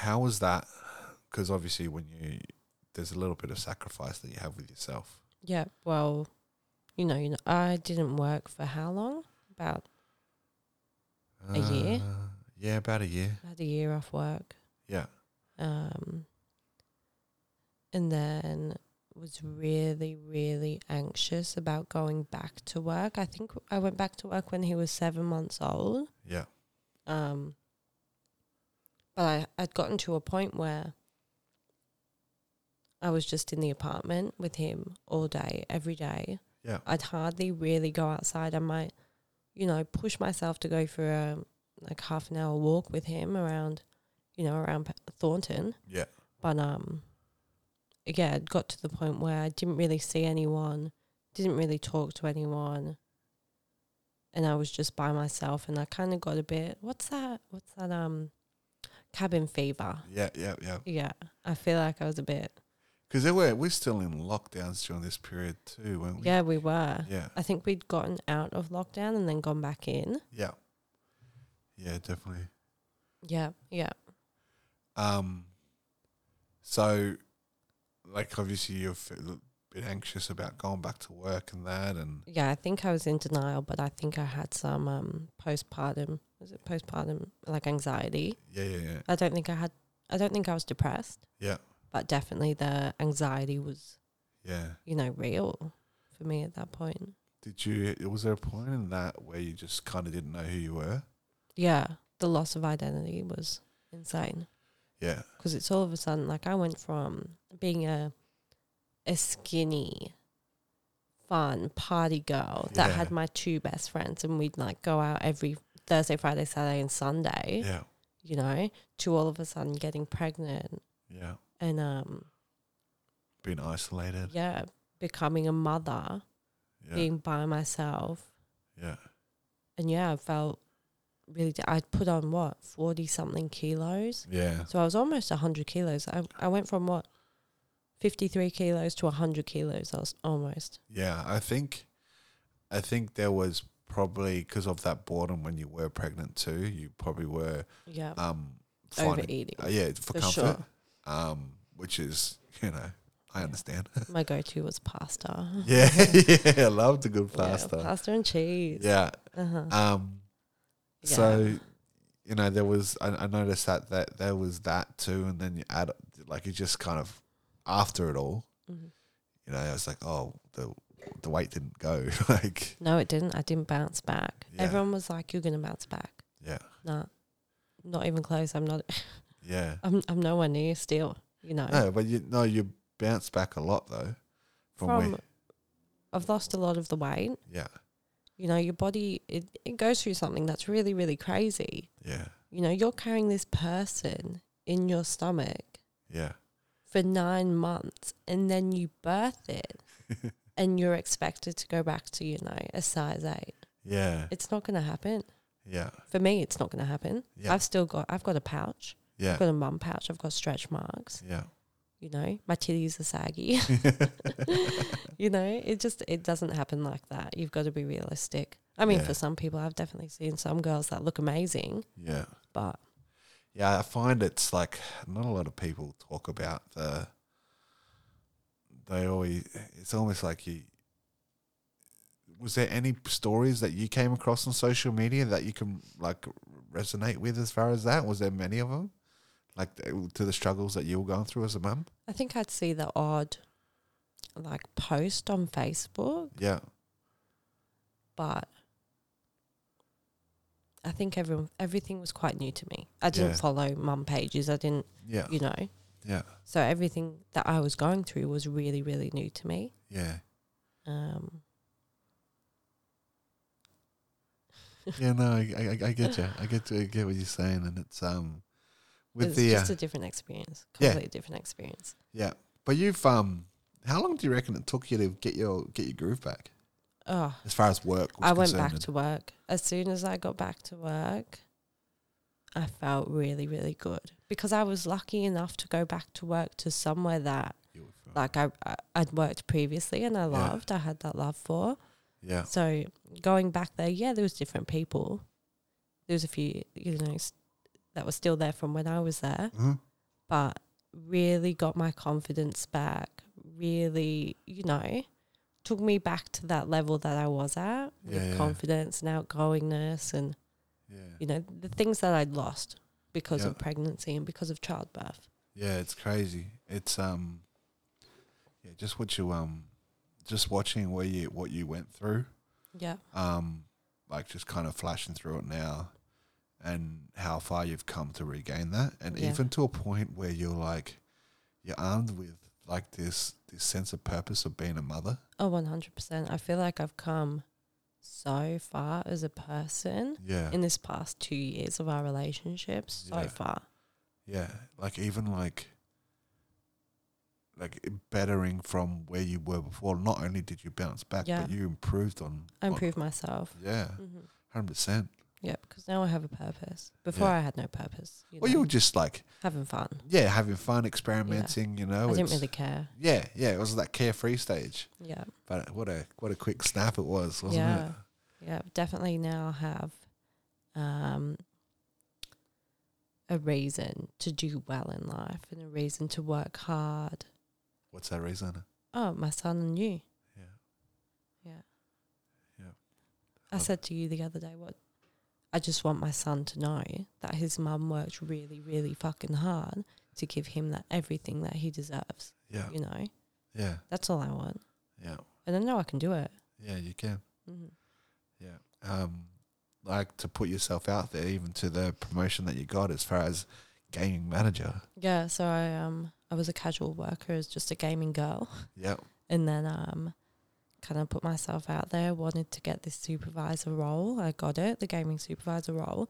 [SPEAKER 1] how was that? Because obviously, when you there's a little bit of sacrifice that you have with yourself.
[SPEAKER 3] Yeah. Well, you know, you know, I didn't work for how long? About A year?
[SPEAKER 1] Uh, Yeah, about a year.
[SPEAKER 3] I had a year off work.
[SPEAKER 1] Yeah.
[SPEAKER 3] Um, and then was really, really anxious about going back to work. I think I went back to work when he was seven months old.
[SPEAKER 1] Yeah.
[SPEAKER 3] Um, but I, I'd gotten to a point where I was just in the apartment with him all day, every day.
[SPEAKER 1] Yeah.
[SPEAKER 3] I'd hardly really go outside. I might, you know, push myself to go for a like half an hour walk with him around, you know, around P- Thornton.
[SPEAKER 1] Yeah.
[SPEAKER 3] But um, yeah, it got to the point where I didn't really see anyone, didn't really talk to anyone, and I was just by myself. And I kind of got a bit, what's that? What's that? Um, cabin fever.
[SPEAKER 1] Yeah, yeah, yeah.
[SPEAKER 3] Yeah, I feel like I was a bit.
[SPEAKER 1] Because there were we're still in lockdowns during this period too, weren't we?
[SPEAKER 3] Yeah, we were.
[SPEAKER 1] yeah,
[SPEAKER 3] I think we'd gotten out of lockdown and then gone back in.
[SPEAKER 1] yeah, yeah. Definitely.
[SPEAKER 3] Yeah, yeah.
[SPEAKER 1] Um, so, like, obviously, you've been anxious about going back to work and that, and
[SPEAKER 3] yeah, I think I was in denial, but I think I had some um, postpartum. Was it postpartum like anxiety?
[SPEAKER 1] yeah, yeah, yeah,
[SPEAKER 3] I don't think I had. I don't think I was depressed,
[SPEAKER 1] yeah,
[SPEAKER 3] but definitely the anxiety was,
[SPEAKER 1] yeah.
[SPEAKER 3] you know, real for me at that point.
[SPEAKER 1] Did you? Was there a point in that where you just kind of didn't know who you were?
[SPEAKER 3] Yeah, the loss of identity was insane
[SPEAKER 1] Yeah,
[SPEAKER 3] because it's all of a sudden like I went from being a a skinny, fun party girl that
[SPEAKER 1] Yeah.
[SPEAKER 3] had my two best friends and we'd like go out every Thursday, Friday, Saturday, and Sunday.
[SPEAKER 1] yeah,
[SPEAKER 3] you know, to all of a sudden getting pregnant
[SPEAKER 1] yeah.
[SPEAKER 3] and um
[SPEAKER 1] Being isolated.
[SPEAKER 3] yeah, becoming a mother,
[SPEAKER 1] Yeah,
[SPEAKER 3] being by myself.
[SPEAKER 1] yeah,
[SPEAKER 3] And yeah, I felt really d I'd put on what, 40 something kilos.
[SPEAKER 1] yeah,
[SPEAKER 3] So I was almost 100 kilos. I I went from what 53 kilos to 100 kilos. I was almost.
[SPEAKER 1] yeah. I think, I think there was probably because of that boredom when you were pregnant too. You probably were
[SPEAKER 3] Yeah.
[SPEAKER 1] um finding
[SPEAKER 3] overeating.
[SPEAKER 1] Uh, yeah, for,
[SPEAKER 3] For
[SPEAKER 1] comfort.
[SPEAKER 3] sure.
[SPEAKER 1] Um, which is, you know, I understand.
[SPEAKER 3] My go-to was pasta.
[SPEAKER 1] yeah, yeah, I love the good
[SPEAKER 3] Yeah,
[SPEAKER 1] pasta.
[SPEAKER 3] pasta and cheese.
[SPEAKER 1] Yeah.
[SPEAKER 3] Uh-huh.
[SPEAKER 1] Um,
[SPEAKER 3] Yeah.
[SPEAKER 1] so you know, there was I, I noticed that that there was that too, and then you add like you just kind of after it all,
[SPEAKER 3] Mhm.
[SPEAKER 1] you know, I was like, oh, the the weight didn't go like
[SPEAKER 3] No, it didn't. I didn't bounce back.
[SPEAKER 1] Yeah.
[SPEAKER 3] Everyone was like, "You're gonna bounce back."
[SPEAKER 1] yeah,
[SPEAKER 3] No, not even close. I'm not.
[SPEAKER 1] yeah.
[SPEAKER 3] I'm. I'm nowhere near still. You know.
[SPEAKER 1] No, but you no, you bounce back a lot though from,
[SPEAKER 3] From-
[SPEAKER 1] where,
[SPEAKER 3] I've lost a lot of the weight.
[SPEAKER 1] yeah,
[SPEAKER 3] You know, your body it, it goes through something that's really really crazy.
[SPEAKER 1] yeah,
[SPEAKER 3] You know, you're carrying this person in your stomach
[SPEAKER 1] yeah,
[SPEAKER 3] for nine months, and then you birth it, and you're expected to go back to you know a size eight.
[SPEAKER 1] yeah,
[SPEAKER 3] It's not going to happen.
[SPEAKER 1] yeah,
[SPEAKER 3] For me, it's not going to happen.
[SPEAKER 1] Yeah.
[SPEAKER 3] I've still got. I've got a pouch.
[SPEAKER 1] yeah,
[SPEAKER 3] I've got a mum pouch. I've got stretch marks.
[SPEAKER 1] yeah.
[SPEAKER 3] You know, my titties are saggy. you know it just it doesn't happen like that you've got to be realistic i mean
[SPEAKER 1] Yeah.
[SPEAKER 3] for some people i've definitely seen some girls that look amazing
[SPEAKER 1] yeah.
[SPEAKER 3] but
[SPEAKER 1] Yeah, I find it's like not a lot of people talk about the. They always. It's almost like you. Was there any stories that you came across on social media that you can like resonate with as far as that? Was there many of them, like to the struggles that you were going through as a mum?
[SPEAKER 3] i think i'd see the odd like post on facebook
[SPEAKER 1] Yeah,
[SPEAKER 3] but i think everyone everything was quite new to me i didn't
[SPEAKER 1] Yeah.
[SPEAKER 3] follow mum pages i didn't
[SPEAKER 1] yeah,
[SPEAKER 3] you know
[SPEAKER 1] yeah,
[SPEAKER 3] so everything that i was going through was really really new to me
[SPEAKER 1] yeah,
[SPEAKER 3] um
[SPEAKER 1] yeah. No, I, I, I- I get you. I get to I get what you're saying, and it's um, with
[SPEAKER 3] it's
[SPEAKER 1] the uh,
[SPEAKER 3] just a different experience
[SPEAKER 1] Yeah.
[SPEAKER 3] completely different experience
[SPEAKER 1] yeah. But you've um, how long do you reckon it took you to get your get your groove back?
[SPEAKER 3] oh
[SPEAKER 1] as far as work was
[SPEAKER 3] I went
[SPEAKER 1] concerned.
[SPEAKER 3] back to work. As soon as I got back to work, I felt really, really good because I was lucky enough to go back to work to somewhere that, like, I, I I'd worked previously and I loved. I had that love for.
[SPEAKER 1] yeah
[SPEAKER 3] So going back there, yeah, there was different people. There was a few, you know, s- that were still there from when I was there,
[SPEAKER 1] Mhm.
[SPEAKER 3] but really got my confidence back. Really, you know, took me back to that level that I was at with
[SPEAKER 1] Yeah, yeah.
[SPEAKER 3] confidence and outgoingness, and
[SPEAKER 1] yeah
[SPEAKER 3] you know the things that I'd lost because
[SPEAKER 1] Yeah.
[SPEAKER 3] of pregnancy and because of childbirth.
[SPEAKER 1] yeah it's crazy it's um yeah just what you um just watching where you what you went through
[SPEAKER 3] Yeah,
[SPEAKER 1] um like just kind of flashing through it now and how far you've come to regain that and
[SPEAKER 3] Yeah.
[SPEAKER 1] even to a point where you're like you're armed with like this this sense of purpose of being a mother
[SPEAKER 3] oh, one hundred percent. I feel like I've come so far as a person.
[SPEAKER 1] yeah
[SPEAKER 3] in this past two years of our relationship so
[SPEAKER 1] Yeah.
[SPEAKER 3] far.
[SPEAKER 1] Yeah, like even like like bettering from where you were before. Not only did you bounce back,
[SPEAKER 3] Yeah.
[SPEAKER 1] but you improved on.
[SPEAKER 3] I
[SPEAKER 1] on-
[SPEAKER 3] improved myself.
[SPEAKER 1] yeah,
[SPEAKER 3] Mm-hmm.
[SPEAKER 1] hundred percent.
[SPEAKER 3] Yeah, because now I have a purpose. Before
[SPEAKER 1] Yeah.
[SPEAKER 3] I had no purpose. You
[SPEAKER 1] Well,
[SPEAKER 3] know,
[SPEAKER 1] you were just like
[SPEAKER 3] having fun.
[SPEAKER 1] yeah, having fun, experimenting. You know,
[SPEAKER 3] I didn't
[SPEAKER 1] Oh, it's-
[SPEAKER 3] really care.
[SPEAKER 1] Yeah, yeah, it was that carefree stage.
[SPEAKER 3] Yeah,
[SPEAKER 1] But what a what a quick snap it was, wasn't
[SPEAKER 3] Yeah.
[SPEAKER 1] it?
[SPEAKER 3] yeah. Definitely now have um, a reason to do well in life and a reason to work hard.
[SPEAKER 1] What's that reason?
[SPEAKER 3] Oh, my son and you.
[SPEAKER 1] Yeah.
[SPEAKER 3] I
[SPEAKER 1] Love
[SPEAKER 3] said to you the other day, what I just want my son to know that his mum worked really, really fucking hard to give him that everything that he deserves.
[SPEAKER 1] Yeah.
[SPEAKER 3] You know,
[SPEAKER 1] Yeah.
[SPEAKER 3] that's all I want,
[SPEAKER 1] Yeah.
[SPEAKER 3] and I know I can do it.
[SPEAKER 1] Yeah, you can.
[SPEAKER 3] hmm
[SPEAKER 1] Um like to put yourself out there even to the promotion that you got as far as gaming manager.
[SPEAKER 3] Yeah. So I um I was a casual worker as just a gaming girl,
[SPEAKER 1] Yeah.
[SPEAKER 3] and then um kind of put myself out there. Wanted to get this supervisor role. I got it, the gaming supervisor role,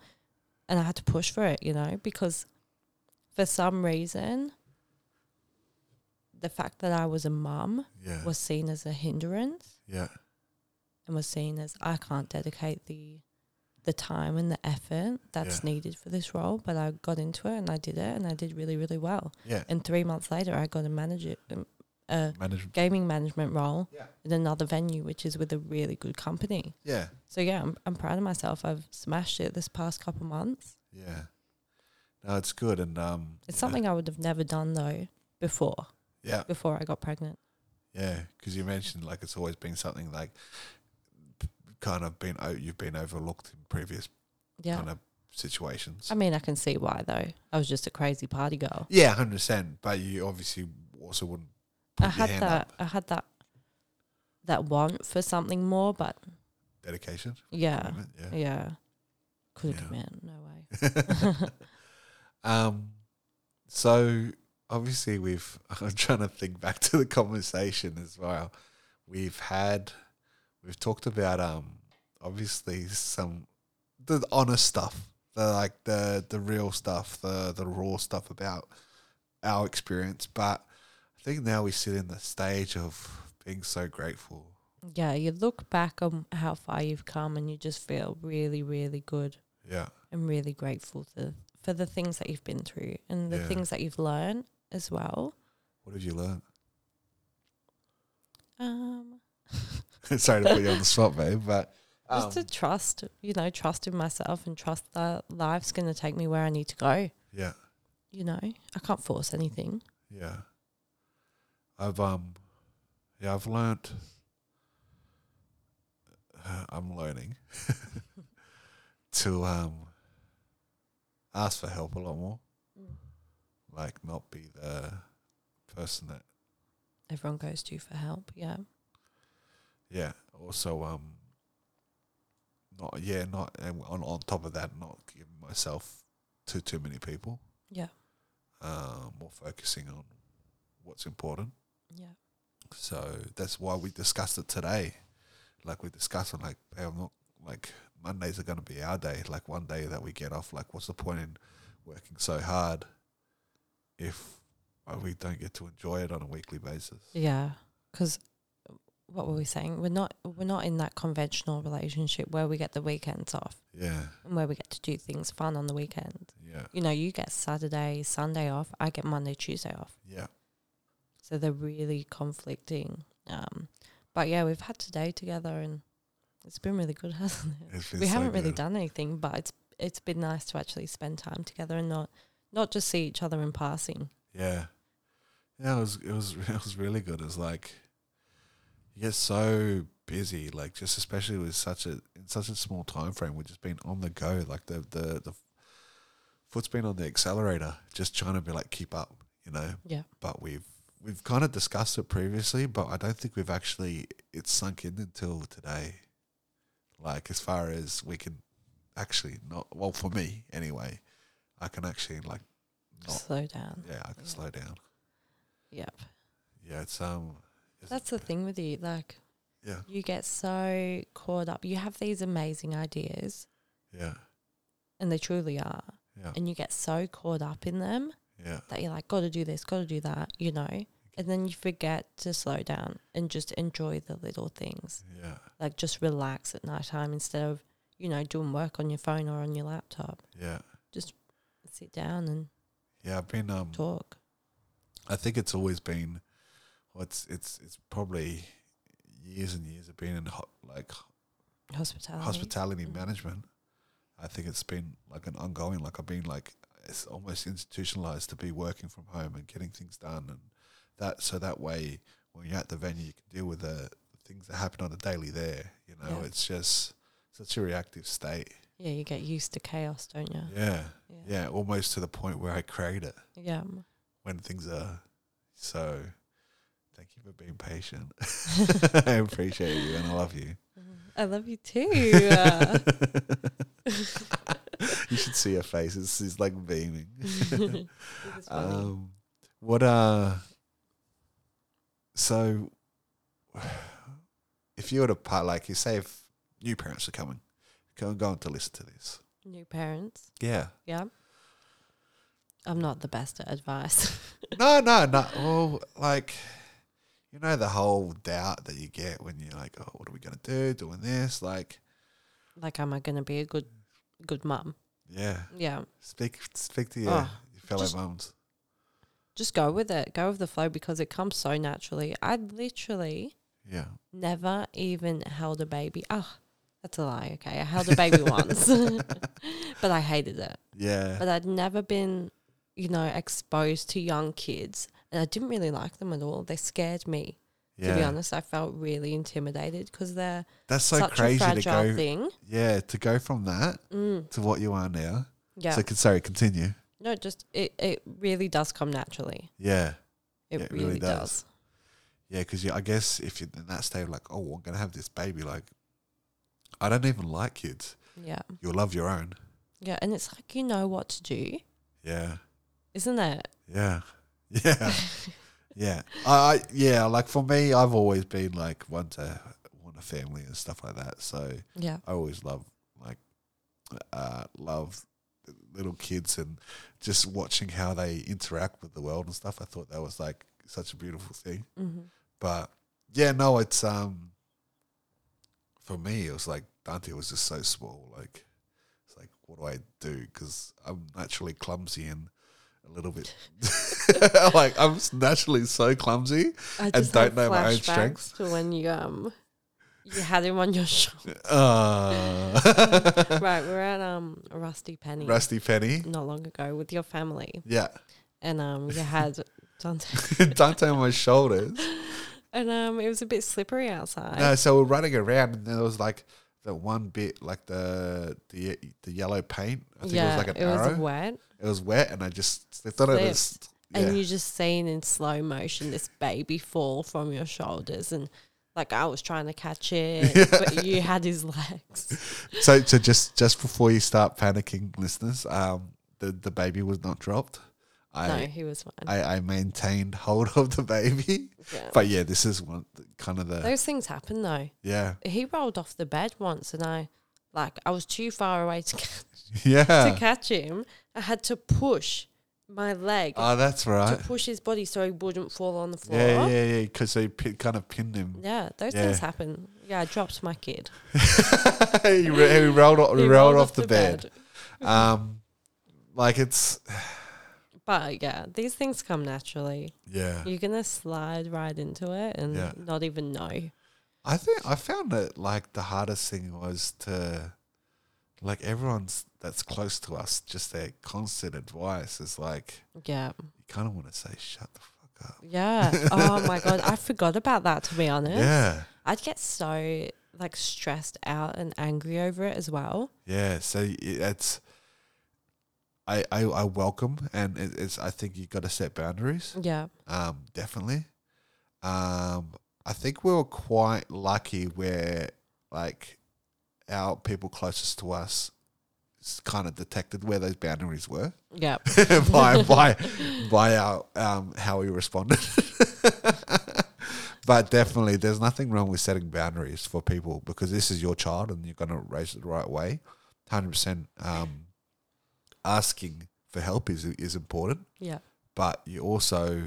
[SPEAKER 3] and I had to push for it. You know, because for some reason. The fact that I was a mum
[SPEAKER 1] Yeah.
[SPEAKER 3] was seen as a hindrance
[SPEAKER 1] yeah.
[SPEAKER 3] and was seen as I can't dedicate the the time and the effort that's needed for this role. But I got into it and I did it and I did really really well.
[SPEAKER 1] Yeah.
[SPEAKER 3] And three months later, I got a manager um, a
[SPEAKER 1] Management.
[SPEAKER 3] gaming management role
[SPEAKER 1] Yeah.
[SPEAKER 3] in another venue, which is with a really good company.
[SPEAKER 1] Yeah.
[SPEAKER 3] So yeah, I'm I'm proud of myself. I've smashed it this past couple months.
[SPEAKER 1] Yeah. No, it's good and um
[SPEAKER 3] It's something I would have never done though before
[SPEAKER 1] Yeah.
[SPEAKER 3] before I got pregnant.
[SPEAKER 1] Yeah, because you mentioned like it's always been something like p- kind of been o- you've been overlooked in previous
[SPEAKER 3] Yeah.
[SPEAKER 1] kind of situations.
[SPEAKER 3] I mean, I can see why though. I was just a crazy party girl.
[SPEAKER 1] yeah, hundred percent. But you obviously also wouldn't. Put
[SPEAKER 3] I
[SPEAKER 1] your
[SPEAKER 3] had
[SPEAKER 1] hand
[SPEAKER 3] that.
[SPEAKER 1] Up.
[SPEAKER 3] I had that. That want for something more, but
[SPEAKER 1] Dedication.
[SPEAKER 3] yeah,
[SPEAKER 1] commitment,
[SPEAKER 3] yeah.
[SPEAKER 1] Yeah.
[SPEAKER 3] Could
[SPEAKER 1] Yeah.
[SPEAKER 3] have been no way.
[SPEAKER 1] um. So obviously we've. I'm trying to think back to the conversation as well. We've had. We've talked about um. Obviously some, the honest stuff. The like the the real stuff. The the raw stuff about our experience. But I think now we sit in the stage of being so grateful.
[SPEAKER 3] Yeah, you look back on how far you've come, and you just feel really, really good
[SPEAKER 1] Yeah.
[SPEAKER 3] and really grateful to, for the things that you've been through and the
[SPEAKER 1] Yeah.
[SPEAKER 3] things that you've learned as well.
[SPEAKER 1] What have you learned?
[SPEAKER 3] Um,
[SPEAKER 1] Sorry to put you on the spot, babe, but
[SPEAKER 3] just
[SPEAKER 1] Um,
[SPEAKER 3] to trust, you know, trust in myself and trust that life's going to take me where I need to go.
[SPEAKER 1] yeah,
[SPEAKER 3] You know, I can't force anything.
[SPEAKER 1] yeah. I've um, yeah, I've learnt. I'm learning to um, ask for help a lot more. Like, not be the person that
[SPEAKER 3] Everyone goes to you for help. Yeah.
[SPEAKER 1] yeah also um not yeah not and on on top of that not giving myself to too many people
[SPEAKER 3] Yeah.
[SPEAKER 1] um more focusing on what's important
[SPEAKER 3] Yeah.
[SPEAKER 1] so that's why we discussed it today like we discussed on like hey, i'm not like mondays are going to be our day like one day that we get off like what's the point in working so hard if uh, we don't get to enjoy it on a weekly basis
[SPEAKER 3] Yeah, because what were we saying? We're not we're not in that conventional relationship where we get the weekends off
[SPEAKER 1] yeah
[SPEAKER 3] and where we get to do things fun on the weekend.
[SPEAKER 1] yeah
[SPEAKER 3] You know, you get Saturday, Sunday off. I get Monday, Tuesday off.
[SPEAKER 1] yeah
[SPEAKER 3] So they're really conflicting. Um, but yeah, we've had today together and it's been really good, hasn't it?
[SPEAKER 1] It's been
[SPEAKER 3] we
[SPEAKER 1] so
[SPEAKER 3] haven't really
[SPEAKER 1] good.
[SPEAKER 3] done anything, but it's it's been nice to actually spend time together and not not just see each other in passing.
[SPEAKER 1] Yeah, yeah. It was it was it was really good. It's like you get so busy, like just especially with such a in such a small time frame. We've just been on the go, like the the the foot's been on the accelerator, just trying to be like keep up, you know.
[SPEAKER 3] Yeah.
[SPEAKER 1] But we've we've kind of discussed it previously, but I don't think we've actually it's sunk in until today. Like as far as we can actually not well for me anyway, I can actually like not
[SPEAKER 3] Slow down.
[SPEAKER 1] yeah, I can slow down.
[SPEAKER 3] Yep.
[SPEAKER 1] Yeah, it's um. it's-
[SPEAKER 3] That's the thing with you, like
[SPEAKER 1] yeah,
[SPEAKER 3] you get so caught up. You have these amazing ideas,
[SPEAKER 1] yeah,
[SPEAKER 3] and they truly are.
[SPEAKER 1] yeah,
[SPEAKER 3] And you get so caught up in them
[SPEAKER 1] yeah,
[SPEAKER 3] that you're like, got to do this, got to do that, you know. and then you forget to slow down and just enjoy the little things.
[SPEAKER 1] Yeah.
[SPEAKER 3] Like just relax at nighttime instead of, you know, doing work on your phone or on your laptop.
[SPEAKER 1] Yeah.
[SPEAKER 3] Sit down and
[SPEAKER 1] Yeah. I've been um
[SPEAKER 3] talk.
[SPEAKER 1] I think it's always been well, it's it's it's probably years and years of being in ho- like
[SPEAKER 3] Hospitality.
[SPEAKER 1] hospitality
[SPEAKER 3] Mm.
[SPEAKER 1] management. I think it's been like an ongoing, like I've been like it's almost institutionalized to be working from home and getting things done and that so that way when you're at the venue you can deal with the things that happen on the daily there. You know,
[SPEAKER 3] Yeah.
[SPEAKER 1] it's just such a reactive state.
[SPEAKER 3] Yeah, you get used to chaos, don't you?
[SPEAKER 1] Yeah.
[SPEAKER 3] Yeah.
[SPEAKER 1] Yeah. Almost to the point where I create it
[SPEAKER 3] Yeah.
[SPEAKER 1] when things are so thank you for being patient. I appreciate you and I love you.
[SPEAKER 3] I love you too. Uh,
[SPEAKER 1] you should see her face. It's, it's like beaming.
[SPEAKER 3] it's funny.
[SPEAKER 1] Um, what uh so if you were to part like you say if new parents are coming, go going to listen to this.
[SPEAKER 3] New parents.
[SPEAKER 1] Yeah.
[SPEAKER 3] Yeah. I'm not the best at advice.
[SPEAKER 1] No, no, no. Well, like, you know, the whole doubt that you get when you're like, oh, what are we going to do doing this? Like,
[SPEAKER 3] like, am I going to be a good, good mum?
[SPEAKER 1] yeah,
[SPEAKER 3] Yeah.
[SPEAKER 1] speak speak to your,
[SPEAKER 3] Oh,
[SPEAKER 1] your fellow
[SPEAKER 3] just-
[SPEAKER 1] mums.
[SPEAKER 3] Just go with it. Go with the flow because it comes so naturally. I literally
[SPEAKER 1] Yeah.
[SPEAKER 3] never even held a baby. Oh, that's a lie. Okay. I held a baby once, but I hated it.
[SPEAKER 1] Yeah.
[SPEAKER 3] But I'd never been, you know, exposed to young kids. And I didn't really like them at all. They scared me.
[SPEAKER 1] Yeah.
[SPEAKER 3] to be honest. I felt really intimidated because they're
[SPEAKER 1] That's so
[SPEAKER 3] such a
[SPEAKER 1] crazy to
[SPEAKER 3] fragile
[SPEAKER 1] go.
[SPEAKER 3] thing.
[SPEAKER 1] Yeah, to go from that
[SPEAKER 3] Mm,
[SPEAKER 1] to what you are now.
[SPEAKER 3] yeah.
[SPEAKER 1] So, con- sorry, continue.
[SPEAKER 3] no, just it, it really does come naturally.
[SPEAKER 1] Yeah.
[SPEAKER 3] It,
[SPEAKER 1] Yeah, it
[SPEAKER 3] really,
[SPEAKER 1] really
[SPEAKER 3] does.
[SPEAKER 1] does. Yeah, because I guess if you're in that state of like, oh, I'm going to have this baby, like, I don't even like kids.
[SPEAKER 3] Yeah.
[SPEAKER 1] You'll love your own.
[SPEAKER 3] Yeah. And it's like, you know what to do,
[SPEAKER 1] Yeah.
[SPEAKER 3] isn't it?
[SPEAKER 1] Yeah. Yeah. yeah. I, I yeah, like for me, I've always been like want to want a family and stuff like that. So
[SPEAKER 3] Yeah.
[SPEAKER 1] I always love like uh love little kids and just watching how they interact with the world and stuff. I thought that was like such a beautiful thing.
[SPEAKER 3] hmm
[SPEAKER 1] But yeah, no, it's um for me it was like Dante was just so small. Like it's like what do I do? Because I'm naturally clumsy and a little bit like I'm s- naturally so clumsy.
[SPEAKER 3] I
[SPEAKER 1] don't
[SPEAKER 3] had
[SPEAKER 1] know my own
[SPEAKER 3] flashbacks
[SPEAKER 1] strengths.
[SPEAKER 3] To when you, um, you had him on your shoulder.
[SPEAKER 1] Uh,
[SPEAKER 3] right. We were at um, Rusty Penny
[SPEAKER 1] Rusty Penny.
[SPEAKER 3] not long ago with your family.
[SPEAKER 1] Yeah,
[SPEAKER 3] And um, you had Dante.
[SPEAKER 1] Dante on my shoulders.
[SPEAKER 3] And um, it was a bit slippery outside.
[SPEAKER 1] No, so we're running around, and there was like the one bit, like the the the yellow paint. I think it was like an
[SPEAKER 3] it
[SPEAKER 1] arrow.
[SPEAKER 3] was wet.
[SPEAKER 1] it was wet, and I just slipped on it. and
[SPEAKER 3] Slipped.
[SPEAKER 1] s-
[SPEAKER 3] and
[SPEAKER 1] yeah.
[SPEAKER 3] you just seen in slow motion this baby fall from your shoulders and like I was trying to catch it, but you had his legs.
[SPEAKER 1] so so just just before you start panicking, listeners, um, the the baby was not dropped. I.
[SPEAKER 3] no, he was fine.
[SPEAKER 1] I, I maintained hold of the baby,
[SPEAKER 3] Yeah.
[SPEAKER 1] but yeah, this is one th- kind of the
[SPEAKER 3] Those things happen though.
[SPEAKER 1] yeah
[SPEAKER 3] He rolled off the bed once, and I like I was too far away to, ca- to
[SPEAKER 1] yeah.
[SPEAKER 3] catch him. I had to push my leg
[SPEAKER 1] Oh, that's right.
[SPEAKER 3] to push his body so he wouldn't fall on the floor.
[SPEAKER 1] Yeah, yeah, yeah. Because they pin, kind of pinned him.
[SPEAKER 3] Yeah, those
[SPEAKER 1] Yeah.
[SPEAKER 3] things happen. Yeah, I dropped my kid.
[SPEAKER 1] he, ro- he rolled off,
[SPEAKER 3] He
[SPEAKER 1] rolled off the, bed. Um, like it's
[SPEAKER 3] But yeah, these things come naturally.
[SPEAKER 1] yeah.
[SPEAKER 3] You're gonna slide right into it and
[SPEAKER 1] Yeah.
[SPEAKER 3] not even know.
[SPEAKER 1] I think I found that like the hardest thing was to like everyone's that's close to us. Just their constant advice is like
[SPEAKER 3] Yeah,
[SPEAKER 1] you kind of want to say shut the fuck up.
[SPEAKER 3] yeah. oh my god, I forgot about that. To be honest,
[SPEAKER 1] Yeah,
[SPEAKER 3] I'd get so like stressed out and angry over it as well.
[SPEAKER 1] yeah. So y- it's. I, I, I welcome and it, it's I think you got to set boundaries.
[SPEAKER 3] Yeah,
[SPEAKER 1] Um, definitely. Um, I think we were quite lucky where like our people closest to us kind of detected where those boundaries were
[SPEAKER 3] yeah.
[SPEAKER 1] by by by our um, how we responded. but definitely, there's nothing wrong with setting boundaries for people because this is your child and you're going to raise it the right way. Hundred percent. Um, asking for help is is important
[SPEAKER 3] Yeah,
[SPEAKER 1] but you also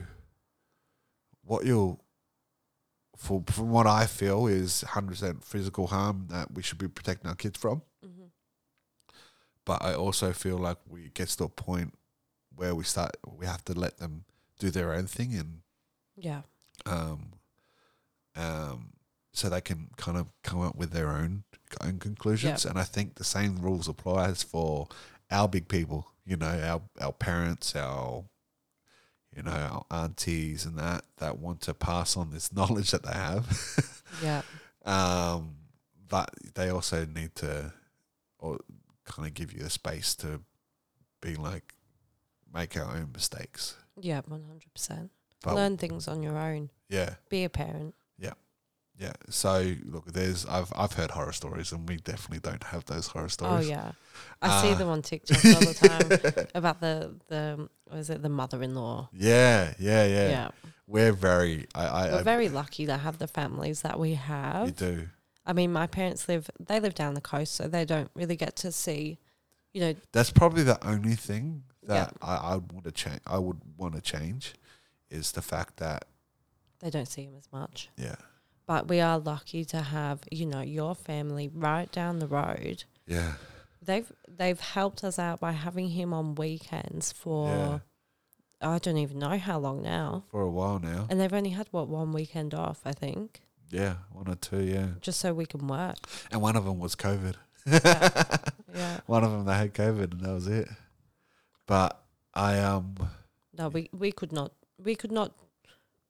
[SPEAKER 1] what you'll for from what I feel is 100% physical harm that we should be protecting our kids from.
[SPEAKER 3] hmm
[SPEAKER 1] But I also feel like we it gets to a point where we start we have to let them do their own thing and
[SPEAKER 3] Yeah.
[SPEAKER 1] um, um, so they can kind of come up with their own own conclusions. And I think the same rules applies for our big people. You know, our our parents, our you know, our aunties and that that want to pass on this knowledge that they have.
[SPEAKER 3] Yeah.
[SPEAKER 1] um, but they also need to, or kind of give you the space to be like, make our own mistakes.
[SPEAKER 3] Yeah. One hundred percent.
[SPEAKER 1] But
[SPEAKER 3] Learn things on your own.
[SPEAKER 1] yeah,
[SPEAKER 3] Be a parent.
[SPEAKER 1] Yeah. So look, there's I've I've heard horror stories, and we definitely don't have those horror
[SPEAKER 3] Oh
[SPEAKER 1] stories.
[SPEAKER 3] yeah. I see
[SPEAKER 1] Ah.
[SPEAKER 3] them on TikTok all the time about the the what is it the mother-in-law.
[SPEAKER 1] yeah, yeah, yeah.
[SPEAKER 3] Yeah.
[SPEAKER 1] We're very. I. I,
[SPEAKER 3] We're
[SPEAKER 1] I
[SPEAKER 3] very lucky to have the families that we have.
[SPEAKER 1] You do.
[SPEAKER 3] I mean, my parents live they live down the coast, so they don't really get to see, you know,
[SPEAKER 1] That's probably the only thing
[SPEAKER 3] Yeah.
[SPEAKER 1] that I, I would to change. I would want to change, is the fact that
[SPEAKER 3] they don't see them as much.
[SPEAKER 1] yeah,
[SPEAKER 3] But we are lucky to have, you know, your family right down the road.
[SPEAKER 1] yeah,
[SPEAKER 3] They've they've helped us out by having him on weekends for I don't even know how long now.
[SPEAKER 1] for a while now.
[SPEAKER 3] And they've only had what one weekend off, I think,
[SPEAKER 1] Yeah, one or two. Yeah,
[SPEAKER 3] just so we can work.
[SPEAKER 1] and one of them was COVID.
[SPEAKER 3] Yeah.
[SPEAKER 1] One of them they had COVID, and that was it. But I um
[SPEAKER 3] No, we, we could not we could not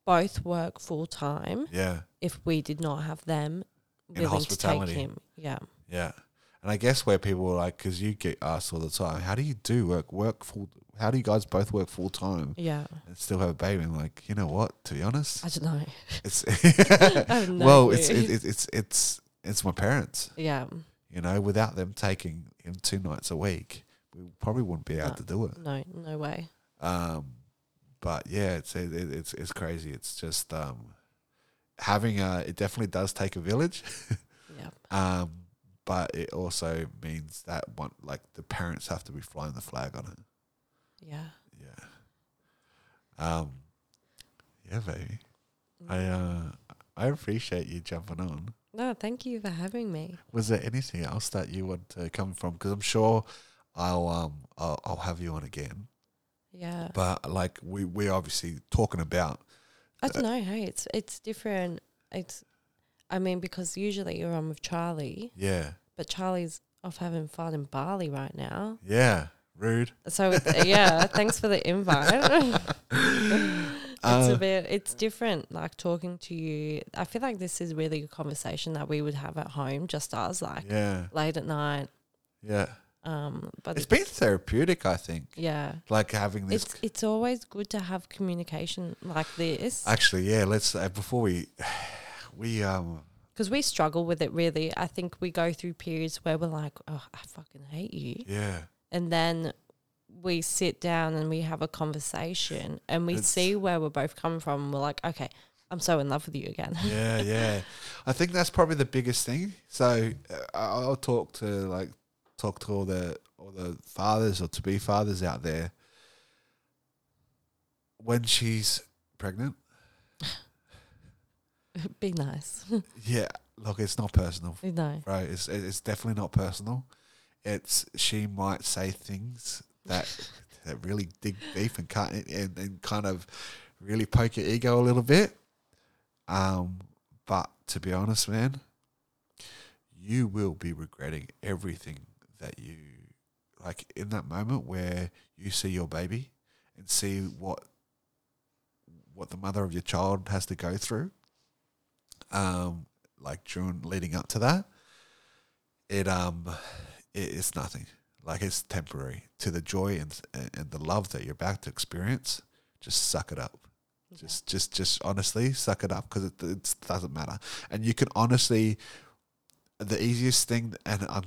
[SPEAKER 3] both work full time
[SPEAKER 1] yeah
[SPEAKER 3] if we did not have them willing
[SPEAKER 1] hospitality.
[SPEAKER 3] to take him. Yeah.
[SPEAKER 1] Yeah, and I guess where people are like, because you get asked all the time, how do you do work work full? How do you guys both work full time
[SPEAKER 3] Yeah.
[SPEAKER 1] and still have a baby? I'm like, you know what? To be honest,
[SPEAKER 3] I don't know.
[SPEAKER 1] it's
[SPEAKER 3] I have no
[SPEAKER 1] well, it's
[SPEAKER 3] clue.
[SPEAKER 1] it, it, it's it's it's my parents.
[SPEAKER 3] Yeah.
[SPEAKER 1] You know, without them taking him two nights a week, we probably wouldn't be able
[SPEAKER 3] No.
[SPEAKER 1] to do it.
[SPEAKER 3] No, no way.
[SPEAKER 1] Um, but yeah, it's it, it- it's it's crazy. It's just um, having a. It definitely does take a village.
[SPEAKER 3] Yeah.
[SPEAKER 1] Um, but it also means that one like the parents have to be flying the flag on it.
[SPEAKER 3] Yeah.
[SPEAKER 1] Yeah. Um, yeah, baby. I uh, I appreciate you jumping on.
[SPEAKER 3] No, thank you for having me.
[SPEAKER 1] Was there anything else that you want to come from? Because I'm sure I'll um I'll, I'll have you on again.
[SPEAKER 3] Yeah.
[SPEAKER 1] But like we we obviously talking about
[SPEAKER 3] I
[SPEAKER 1] Uh,
[SPEAKER 3] don't know, hey, it's it's different. It's I mean, because usually you're on with Charlie,
[SPEAKER 1] yeah
[SPEAKER 3] but Charlie's off having fun in Bali right now.
[SPEAKER 1] yeah rude.
[SPEAKER 3] So it- yeah, thanks for the invite. it's
[SPEAKER 1] Uh,
[SPEAKER 3] a bit it's different like talking to you i feel like this is really a conversation that we would have at home just us like
[SPEAKER 1] Yeah,
[SPEAKER 3] late at night
[SPEAKER 1] yeah.
[SPEAKER 3] um but
[SPEAKER 1] It's
[SPEAKER 3] it,
[SPEAKER 1] been therapeutic, I think.
[SPEAKER 3] yeah
[SPEAKER 1] Like having this.
[SPEAKER 3] it's it's always good to have communication like this
[SPEAKER 1] Actually, yeah. Let's uh, before we we um
[SPEAKER 3] because we struggle with it really i think we go through periods where we're like oh i fucking hate you
[SPEAKER 1] yeah
[SPEAKER 3] and then we sit down and we have a conversation and we
[SPEAKER 1] It's-
[SPEAKER 3] see where we're both coming from and we're like okay i'm so in love with you again
[SPEAKER 1] yeah yeah. I think that's probably the biggest thing. So uh, I- I'll talk to like talk to all the all the fathers or to be fathers out there. When she's pregnant,
[SPEAKER 3] be nice
[SPEAKER 1] yeah. Look, it's not personal,
[SPEAKER 3] no
[SPEAKER 1] bro. It's it- it's definitely not personal. It's she might say things that that really dig deep and cut and, and, and kind of really poke your ego a little bit. Um, but to be honest, man, you will be regretting everything that you like in that moment where you see your baby and see what what the mother of your child has to go through. Um, like during leading up to that, it um, it is nothing. Like it's temporary to the joy and and the love that you're about to experience. Just suck it up. Just, just, just honestly suck it up because it, it doesn't matter. And you can honestly, the easiest thing, and I'm,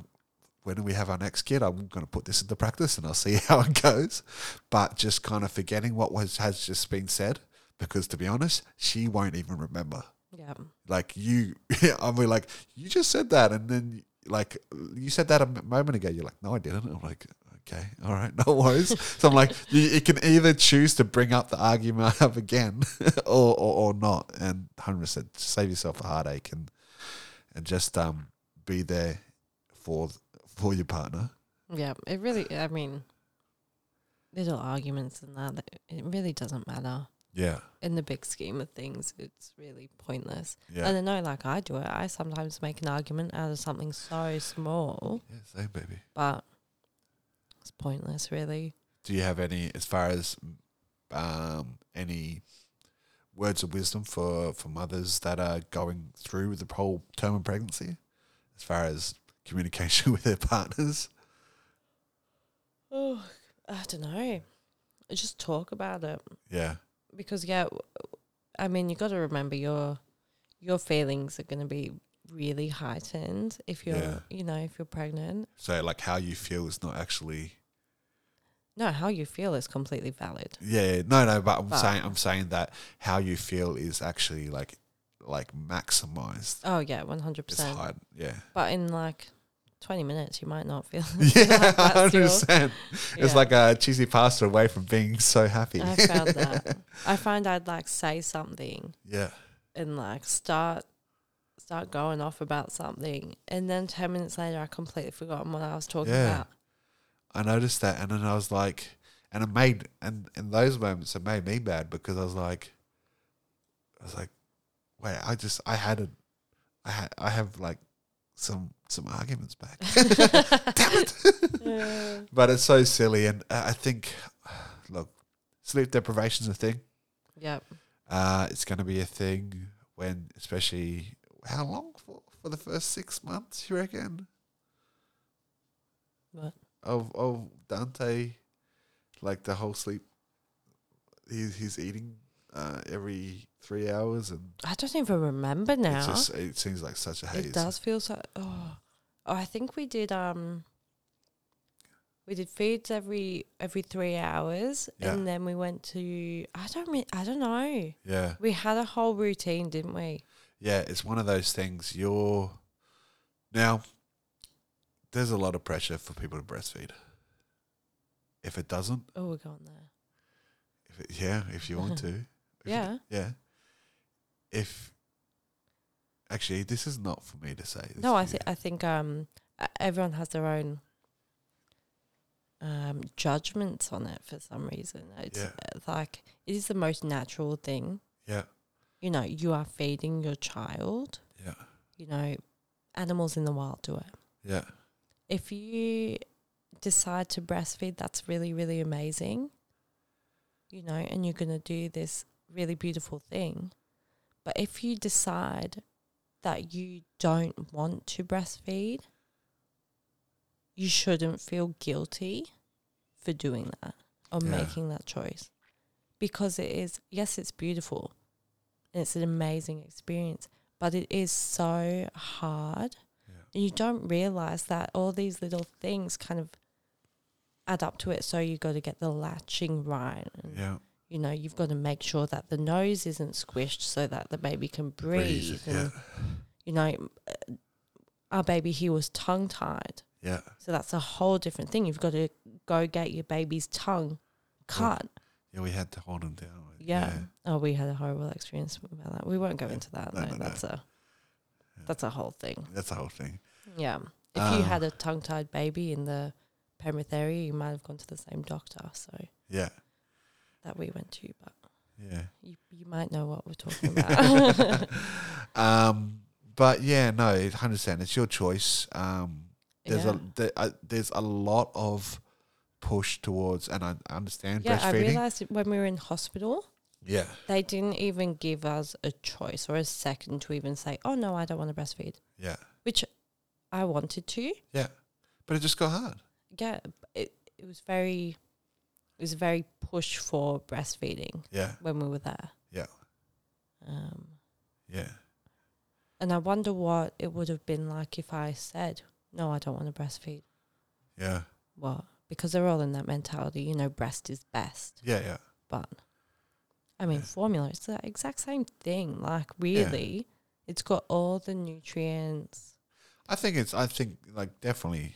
[SPEAKER 1] when we have our next kid, I'm going to put this into practice and I'll see how it goes. But just kind of forgetting what was has just been said because, to be honest, she won't even remember.
[SPEAKER 3] yeah
[SPEAKER 1] Like you, I'm really like you just said that, and then like you said that a m- moment ago. You're like, no, I didn't. I'm like, okay, all right, no worries. so I'm like, you, you can either choose to bring up the argument up again, or, or or not, and hundred percent save yourself a heartache and and just um be there for for your partner.
[SPEAKER 3] Yeah, it really. I mean, little arguments and that. that- It really doesn't matter
[SPEAKER 1] Yeah,
[SPEAKER 3] in the big scheme of things. It's really pointless.
[SPEAKER 1] yeah,
[SPEAKER 3] And I know, like I do it. I sometimes make an argument out of something so small,
[SPEAKER 1] yeah, same baby.
[SPEAKER 3] but it's pointless, really.
[SPEAKER 1] Do you have any, as far as um, any words of wisdom for, for mothers that are going through with the whole term of pregnancy, as far as communication with their partners?
[SPEAKER 3] Oh, I don't know. Just talk about it.
[SPEAKER 1] Yeah,
[SPEAKER 3] because yeah, w- I mean you got to remember your your feelings are going to be really heightened if you're
[SPEAKER 1] Yeah.
[SPEAKER 3] you know if you're pregnant.
[SPEAKER 1] so like how you feel is not actually.
[SPEAKER 3] No, how you feel is completely valid.
[SPEAKER 1] Yeah, no, no, but I'm
[SPEAKER 3] But-
[SPEAKER 1] saying I'm saying that how you feel is actually like like maximized.
[SPEAKER 3] Oh yeah, one hundred
[SPEAKER 1] It's
[SPEAKER 3] percent.
[SPEAKER 1] high, yeah,
[SPEAKER 3] But in like twenty minutes, you might not feel.
[SPEAKER 1] yeah,
[SPEAKER 3] like that's
[SPEAKER 1] hundred
[SPEAKER 3] your-
[SPEAKER 1] percent. It's
[SPEAKER 3] Yeah.
[SPEAKER 1] like a cheesy pasta away from being so happy.
[SPEAKER 3] I found that. I find I'd like say something
[SPEAKER 1] yeah,
[SPEAKER 3] and like start start going off about something, and then ten minutes later, I completely forgotten what I was talking
[SPEAKER 1] Yeah.
[SPEAKER 3] about.
[SPEAKER 1] I noticed that, and then I was like, and it made, and in those moments, it made me mad because I was like, I was like, wait, I just, I had a, I had, I have like some some arguments back, Damn it.
[SPEAKER 3] Yeah.
[SPEAKER 1] but it's so silly, and I I think, look, sleep deprivation's a thing.
[SPEAKER 3] Yep.
[SPEAKER 1] Uh, it's going to be a thing when, especially, how long for for the first six months? You reckon?
[SPEAKER 3] What?
[SPEAKER 1] Of of Dante, like the whole sleep. He's he's eating uh, every three hours, and
[SPEAKER 3] I don't even remember now.
[SPEAKER 1] it's just, it seems like such a haze.
[SPEAKER 3] It does feel so. Oh, oh, I think we did. Um, we did feeds every every three hours,
[SPEAKER 1] Yeah.
[SPEAKER 3] and then we went to. I don't. Re- I don't know.
[SPEAKER 1] Yeah,
[SPEAKER 3] We had a whole routine, didn't we?
[SPEAKER 1] yeah. It's one of those things. You're now. There's a lot of pressure for people to breastfeed. If it doesn't,
[SPEAKER 3] Oh, we're going there.
[SPEAKER 1] if it, yeah, if you want to, If it
[SPEAKER 3] yeah.
[SPEAKER 1] Yeah. If actually, this is not for me to say. This
[SPEAKER 3] No, I
[SPEAKER 1] is-
[SPEAKER 3] think I think um e- everyone has their own um judgments on it for some reason. It's
[SPEAKER 1] Yeah.
[SPEAKER 3] uh, like it is the most natural thing.
[SPEAKER 1] Yeah.
[SPEAKER 3] You know, you are feeding your child.
[SPEAKER 1] Yeah.
[SPEAKER 3] You know, animals in the wild do it.
[SPEAKER 1] Yeah.
[SPEAKER 3] if you decide to breastfeed, that's really, really amazing. You know, and you're going to do this really beautiful thing. But if you decide that you don't want to breastfeed, you shouldn't feel guilty for doing that or
[SPEAKER 1] Yeah.
[SPEAKER 3] making that choice. Because it is, yes, it's beautiful and it's an amazing experience, but it is so hard and you don't realize that all these little things kind of add up to it. So you got to get the latching right. And,
[SPEAKER 1] Yeah.
[SPEAKER 3] You know, you've got to make sure that the nose isn't squished so that the baby can breathe.
[SPEAKER 1] Breathe.
[SPEAKER 3] And,
[SPEAKER 1] Yeah.
[SPEAKER 3] You know, uh, our baby, he was tongue tied.
[SPEAKER 1] Yeah.
[SPEAKER 3] So that's a whole different thing. You've got to go get your baby's tongue cut.
[SPEAKER 1] Yeah. We had to hold him down.
[SPEAKER 3] Yeah. Oh, we had a horrible experience about that. We won't go
[SPEAKER 1] Yeah.
[SPEAKER 3] into that.
[SPEAKER 1] No,
[SPEAKER 3] No,
[SPEAKER 1] no, no.
[SPEAKER 3] that's a that's a whole thing.
[SPEAKER 1] That's the whole thing.
[SPEAKER 3] Yeah. If you
[SPEAKER 1] Um,
[SPEAKER 3] had a tongue tied baby in the Penrith area, you might have gone to the same doctor. So
[SPEAKER 1] Yeah.
[SPEAKER 3] that we went to, but
[SPEAKER 1] Yeah.
[SPEAKER 3] you, you might know what we're talking about.
[SPEAKER 1] um. But yeah, no, it's hundred percent. It's your choice. Um. There's
[SPEAKER 3] yeah.
[SPEAKER 1] a there, uh, there's a lot of push towards, and I I understand
[SPEAKER 3] yeah, I
[SPEAKER 1] breastfeeding.
[SPEAKER 3] realized it when we were in hospital,
[SPEAKER 1] yeah.
[SPEAKER 3] they didn't even give us a choice or a second to even say, oh, no, I don't want to breastfeed,
[SPEAKER 1] Yeah.
[SPEAKER 3] which I wanted to.
[SPEAKER 1] Yeah. But it just got hard.
[SPEAKER 3] Yeah. b- It, it was very, it was very push for breastfeeding
[SPEAKER 1] Yeah.
[SPEAKER 3] when we were there.
[SPEAKER 1] Yeah.
[SPEAKER 3] Um,
[SPEAKER 1] Yeah.
[SPEAKER 3] And I wonder what it would have been like if I said, no, I don't want to breastfeed.
[SPEAKER 1] Yeah.
[SPEAKER 3] What? Because they're all in that mentality, you know, breast is best.
[SPEAKER 1] Yeah. Yeah.
[SPEAKER 3] But I mean,
[SPEAKER 1] Yeah.
[SPEAKER 3] formula, it's the exact same thing. Like, really, it's got all the nutrients.
[SPEAKER 1] I think it's. I think like definitely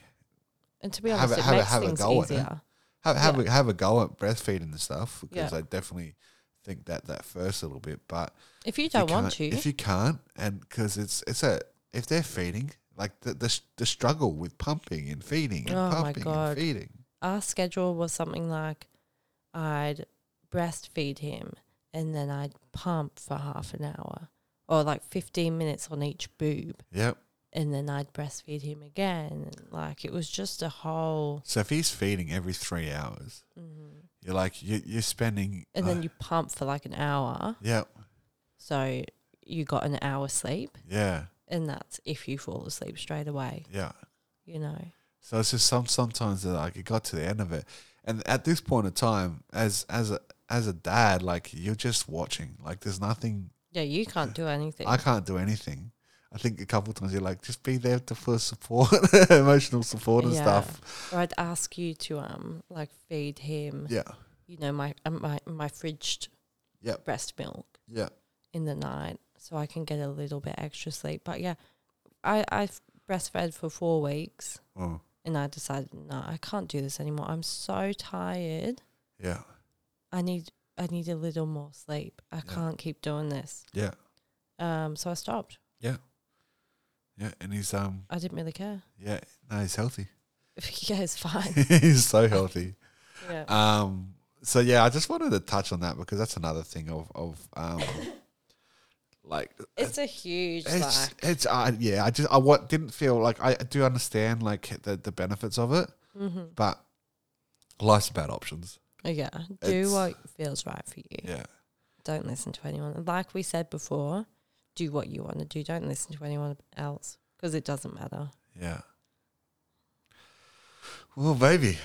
[SPEAKER 3] And to be
[SPEAKER 1] Have
[SPEAKER 3] honest,
[SPEAKER 1] a-
[SPEAKER 3] it
[SPEAKER 1] have a-
[SPEAKER 3] makes
[SPEAKER 1] have a
[SPEAKER 3] things
[SPEAKER 1] go at it.
[SPEAKER 3] easier.
[SPEAKER 1] have have
[SPEAKER 3] Yeah.
[SPEAKER 1] a have a go at breastfeeding and stuff because
[SPEAKER 3] Yeah.
[SPEAKER 1] I definitely think that that first little bit, but
[SPEAKER 3] If you
[SPEAKER 1] if you
[SPEAKER 3] don't want
[SPEAKER 1] can't-
[SPEAKER 3] to,
[SPEAKER 1] if you can't, and because it's it's a if they're feeding like the the, s- the struggle with pumping and feeding and
[SPEAKER 3] Oh my
[SPEAKER 1] pumping
[SPEAKER 3] God.
[SPEAKER 1] and feeding.
[SPEAKER 3] our schedule was something like I'd breastfeed him and then I'd pump for half an hour or like 15 minutes on each boob
[SPEAKER 1] Yep.
[SPEAKER 3] and then I'd breastfeed him again. Like it was just a whole.
[SPEAKER 1] So if he's feeding every three hours,
[SPEAKER 3] mhm.
[SPEAKER 1] you're like you, you're spending.
[SPEAKER 3] And
[SPEAKER 1] uh,
[SPEAKER 3] then you pump for like an hour.
[SPEAKER 1] Yep.
[SPEAKER 3] So you got an hour sleep.
[SPEAKER 1] Yeah.
[SPEAKER 3] And that's if you fall asleep straight away,
[SPEAKER 1] Yeah.
[SPEAKER 3] you know.
[SPEAKER 1] So it's just some sometimes that like it got to the end of it, and at this point in time, as as a as a dad, like you're just watching. Like there's nothing
[SPEAKER 3] Yeah, you can't do anything.
[SPEAKER 1] I can't do anything. I think a couple times you're like, just be there to for support, emotional support and
[SPEAKER 3] Yeah.
[SPEAKER 1] stuff.
[SPEAKER 3] or I'd ask you to um like feed him,
[SPEAKER 1] Yeah,
[SPEAKER 3] you know, my um, my my fridged
[SPEAKER 1] Yep.
[SPEAKER 3] breast milk.
[SPEAKER 1] yeah,
[SPEAKER 3] in the night so I can get a little bit extra sleep. But yeah, I I f- breastfed for four weeks
[SPEAKER 1] oh,
[SPEAKER 3] and I decided no, I can't do this anymore. I'm so tired.
[SPEAKER 1] yeah,
[SPEAKER 3] I need I need a little more sleep. I
[SPEAKER 1] Yeah.
[SPEAKER 3] can't keep doing this.
[SPEAKER 1] yeah,
[SPEAKER 3] Um, so I stopped.
[SPEAKER 1] yeah. And he's um,
[SPEAKER 3] I didn't really care.
[SPEAKER 1] yeah, no, he's healthy.
[SPEAKER 3] yeah, it's fine.
[SPEAKER 1] he's so healthy.
[SPEAKER 3] Yeah.
[SPEAKER 1] Um, so yeah, I just wanted to touch on that because that's another thing of of um, like
[SPEAKER 3] it's a huge
[SPEAKER 1] it's
[SPEAKER 3] like
[SPEAKER 1] it's uh, yeah. I just I what didn't feel like I do understand like the the benefits of it,
[SPEAKER 3] hmm
[SPEAKER 1] but life's about options.
[SPEAKER 3] yeah.
[SPEAKER 1] it's-
[SPEAKER 3] Do what feels right for you.
[SPEAKER 1] Yeah,
[SPEAKER 3] Don't listen to anyone. Like we said before, do what you want to do. Don't listen to anyone else because it doesn't matter.
[SPEAKER 1] Yeah. Well, baby,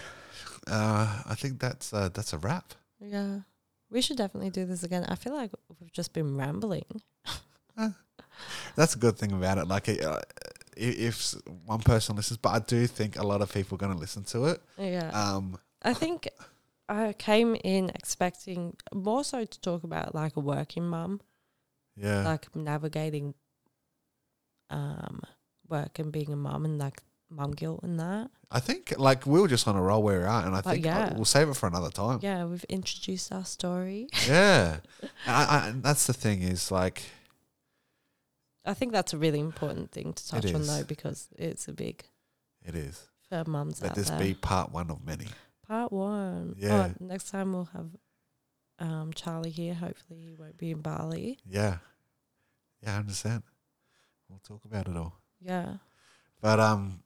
[SPEAKER 1] uh, I think that's uh, that's a wrap.
[SPEAKER 3] Yeah. We should definitely do this again. I feel like we've just been rambling.
[SPEAKER 1] That's a good thing about it. Like, uh, i- if s- one person listens, but I do think a lot of people are going to listen to it.
[SPEAKER 3] Yeah.
[SPEAKER 1] Um,
[SPEAKER 3] I think I came in expecting more so to talk about like a working mum,
[SPEAKER 1] yeah,
[SPEAKER 3] like navigating um work and being a mum and like mum guilt and that.
[SPEAKER 1] I think like we were just on a roll where we are, and I think uh,
[SPEAKER 3] yeah.
[SPEAKER 1] we'll save it for another time.
[SPEAKER 3] Yeah, we've introduced our story.
[SPEAKER 1] Yeah, and, I, I, and that's the thing is like
[SPEAKER 3] I think that's a really important thing to touch on
[SPEAKER 1] is.
[SPEAKER 3] though because it's a big
[SPEAKER 1] it is.
[SPEAKER 3] for mums
[SPEAKER 1] Let
[SPEAKER 3] out
[SPEAKER 1] this
[SPEAKER 3] there.
[SPEAKER 1] be part one of many.
[SPEAKER 3] Part one.
[SPEAKER 1] Yeah.
[SPEAKER 3] Oh, next time we'll have um Charlie here. Hopefully he won't be in Bali.
[SPEAKER 1] Yeah, yeah, I understand. We'll talk about it all.
[SPEAKER 3] Yeah.
[SPEAKER 1] But um,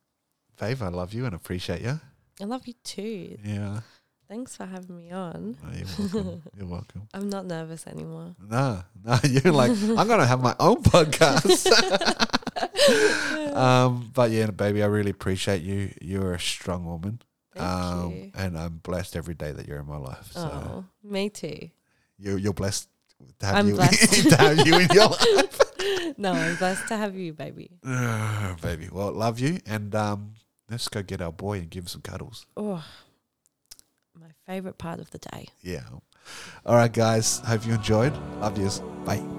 [SPEAKER 1] babe, I love you and appreciate you.
[SPEAKER 3] I love you too.
[SPEAKER 1] Yeah.
[SPEAKER 3] Thanks for having me on.
[SPEAKER 1] No, you're welcome. you're welcome.
[SPEAKER 3] I'm not nervous anymore.
[SPEAKER 1] No, no, you're like, I'm going to have my own podcast. um, but yeah, baby, I really appreciate you. You're a strong woman.
[SPEAKER 3] Thank
[SPEAKER 1] um,
[SPEAKER 3] you.
[SPEAKER 1] And I'm blessed every day that you're in my life. So
[SPEAKER 3] Oh, me too.
[SPEAKER 1] you, you're blessed to have,
[SPEAKER 3] I'm
[SPEAKER 1] you,
[SPEAKER 3] blessed.
[SPEAKER 1] to have you in your life.
[SPEAKER 3] No, I'm blessed to have you, baby.
[SPEAKER 1] Ah, baby, well, love you. And um, let's go get our boy and give him some cuddles.
[SPEAKER 3] Oh, my favorite part of the day.
[SPEAKER 1] Yeah. All right, guys. Hope you enjoyed. Love yous. Bye.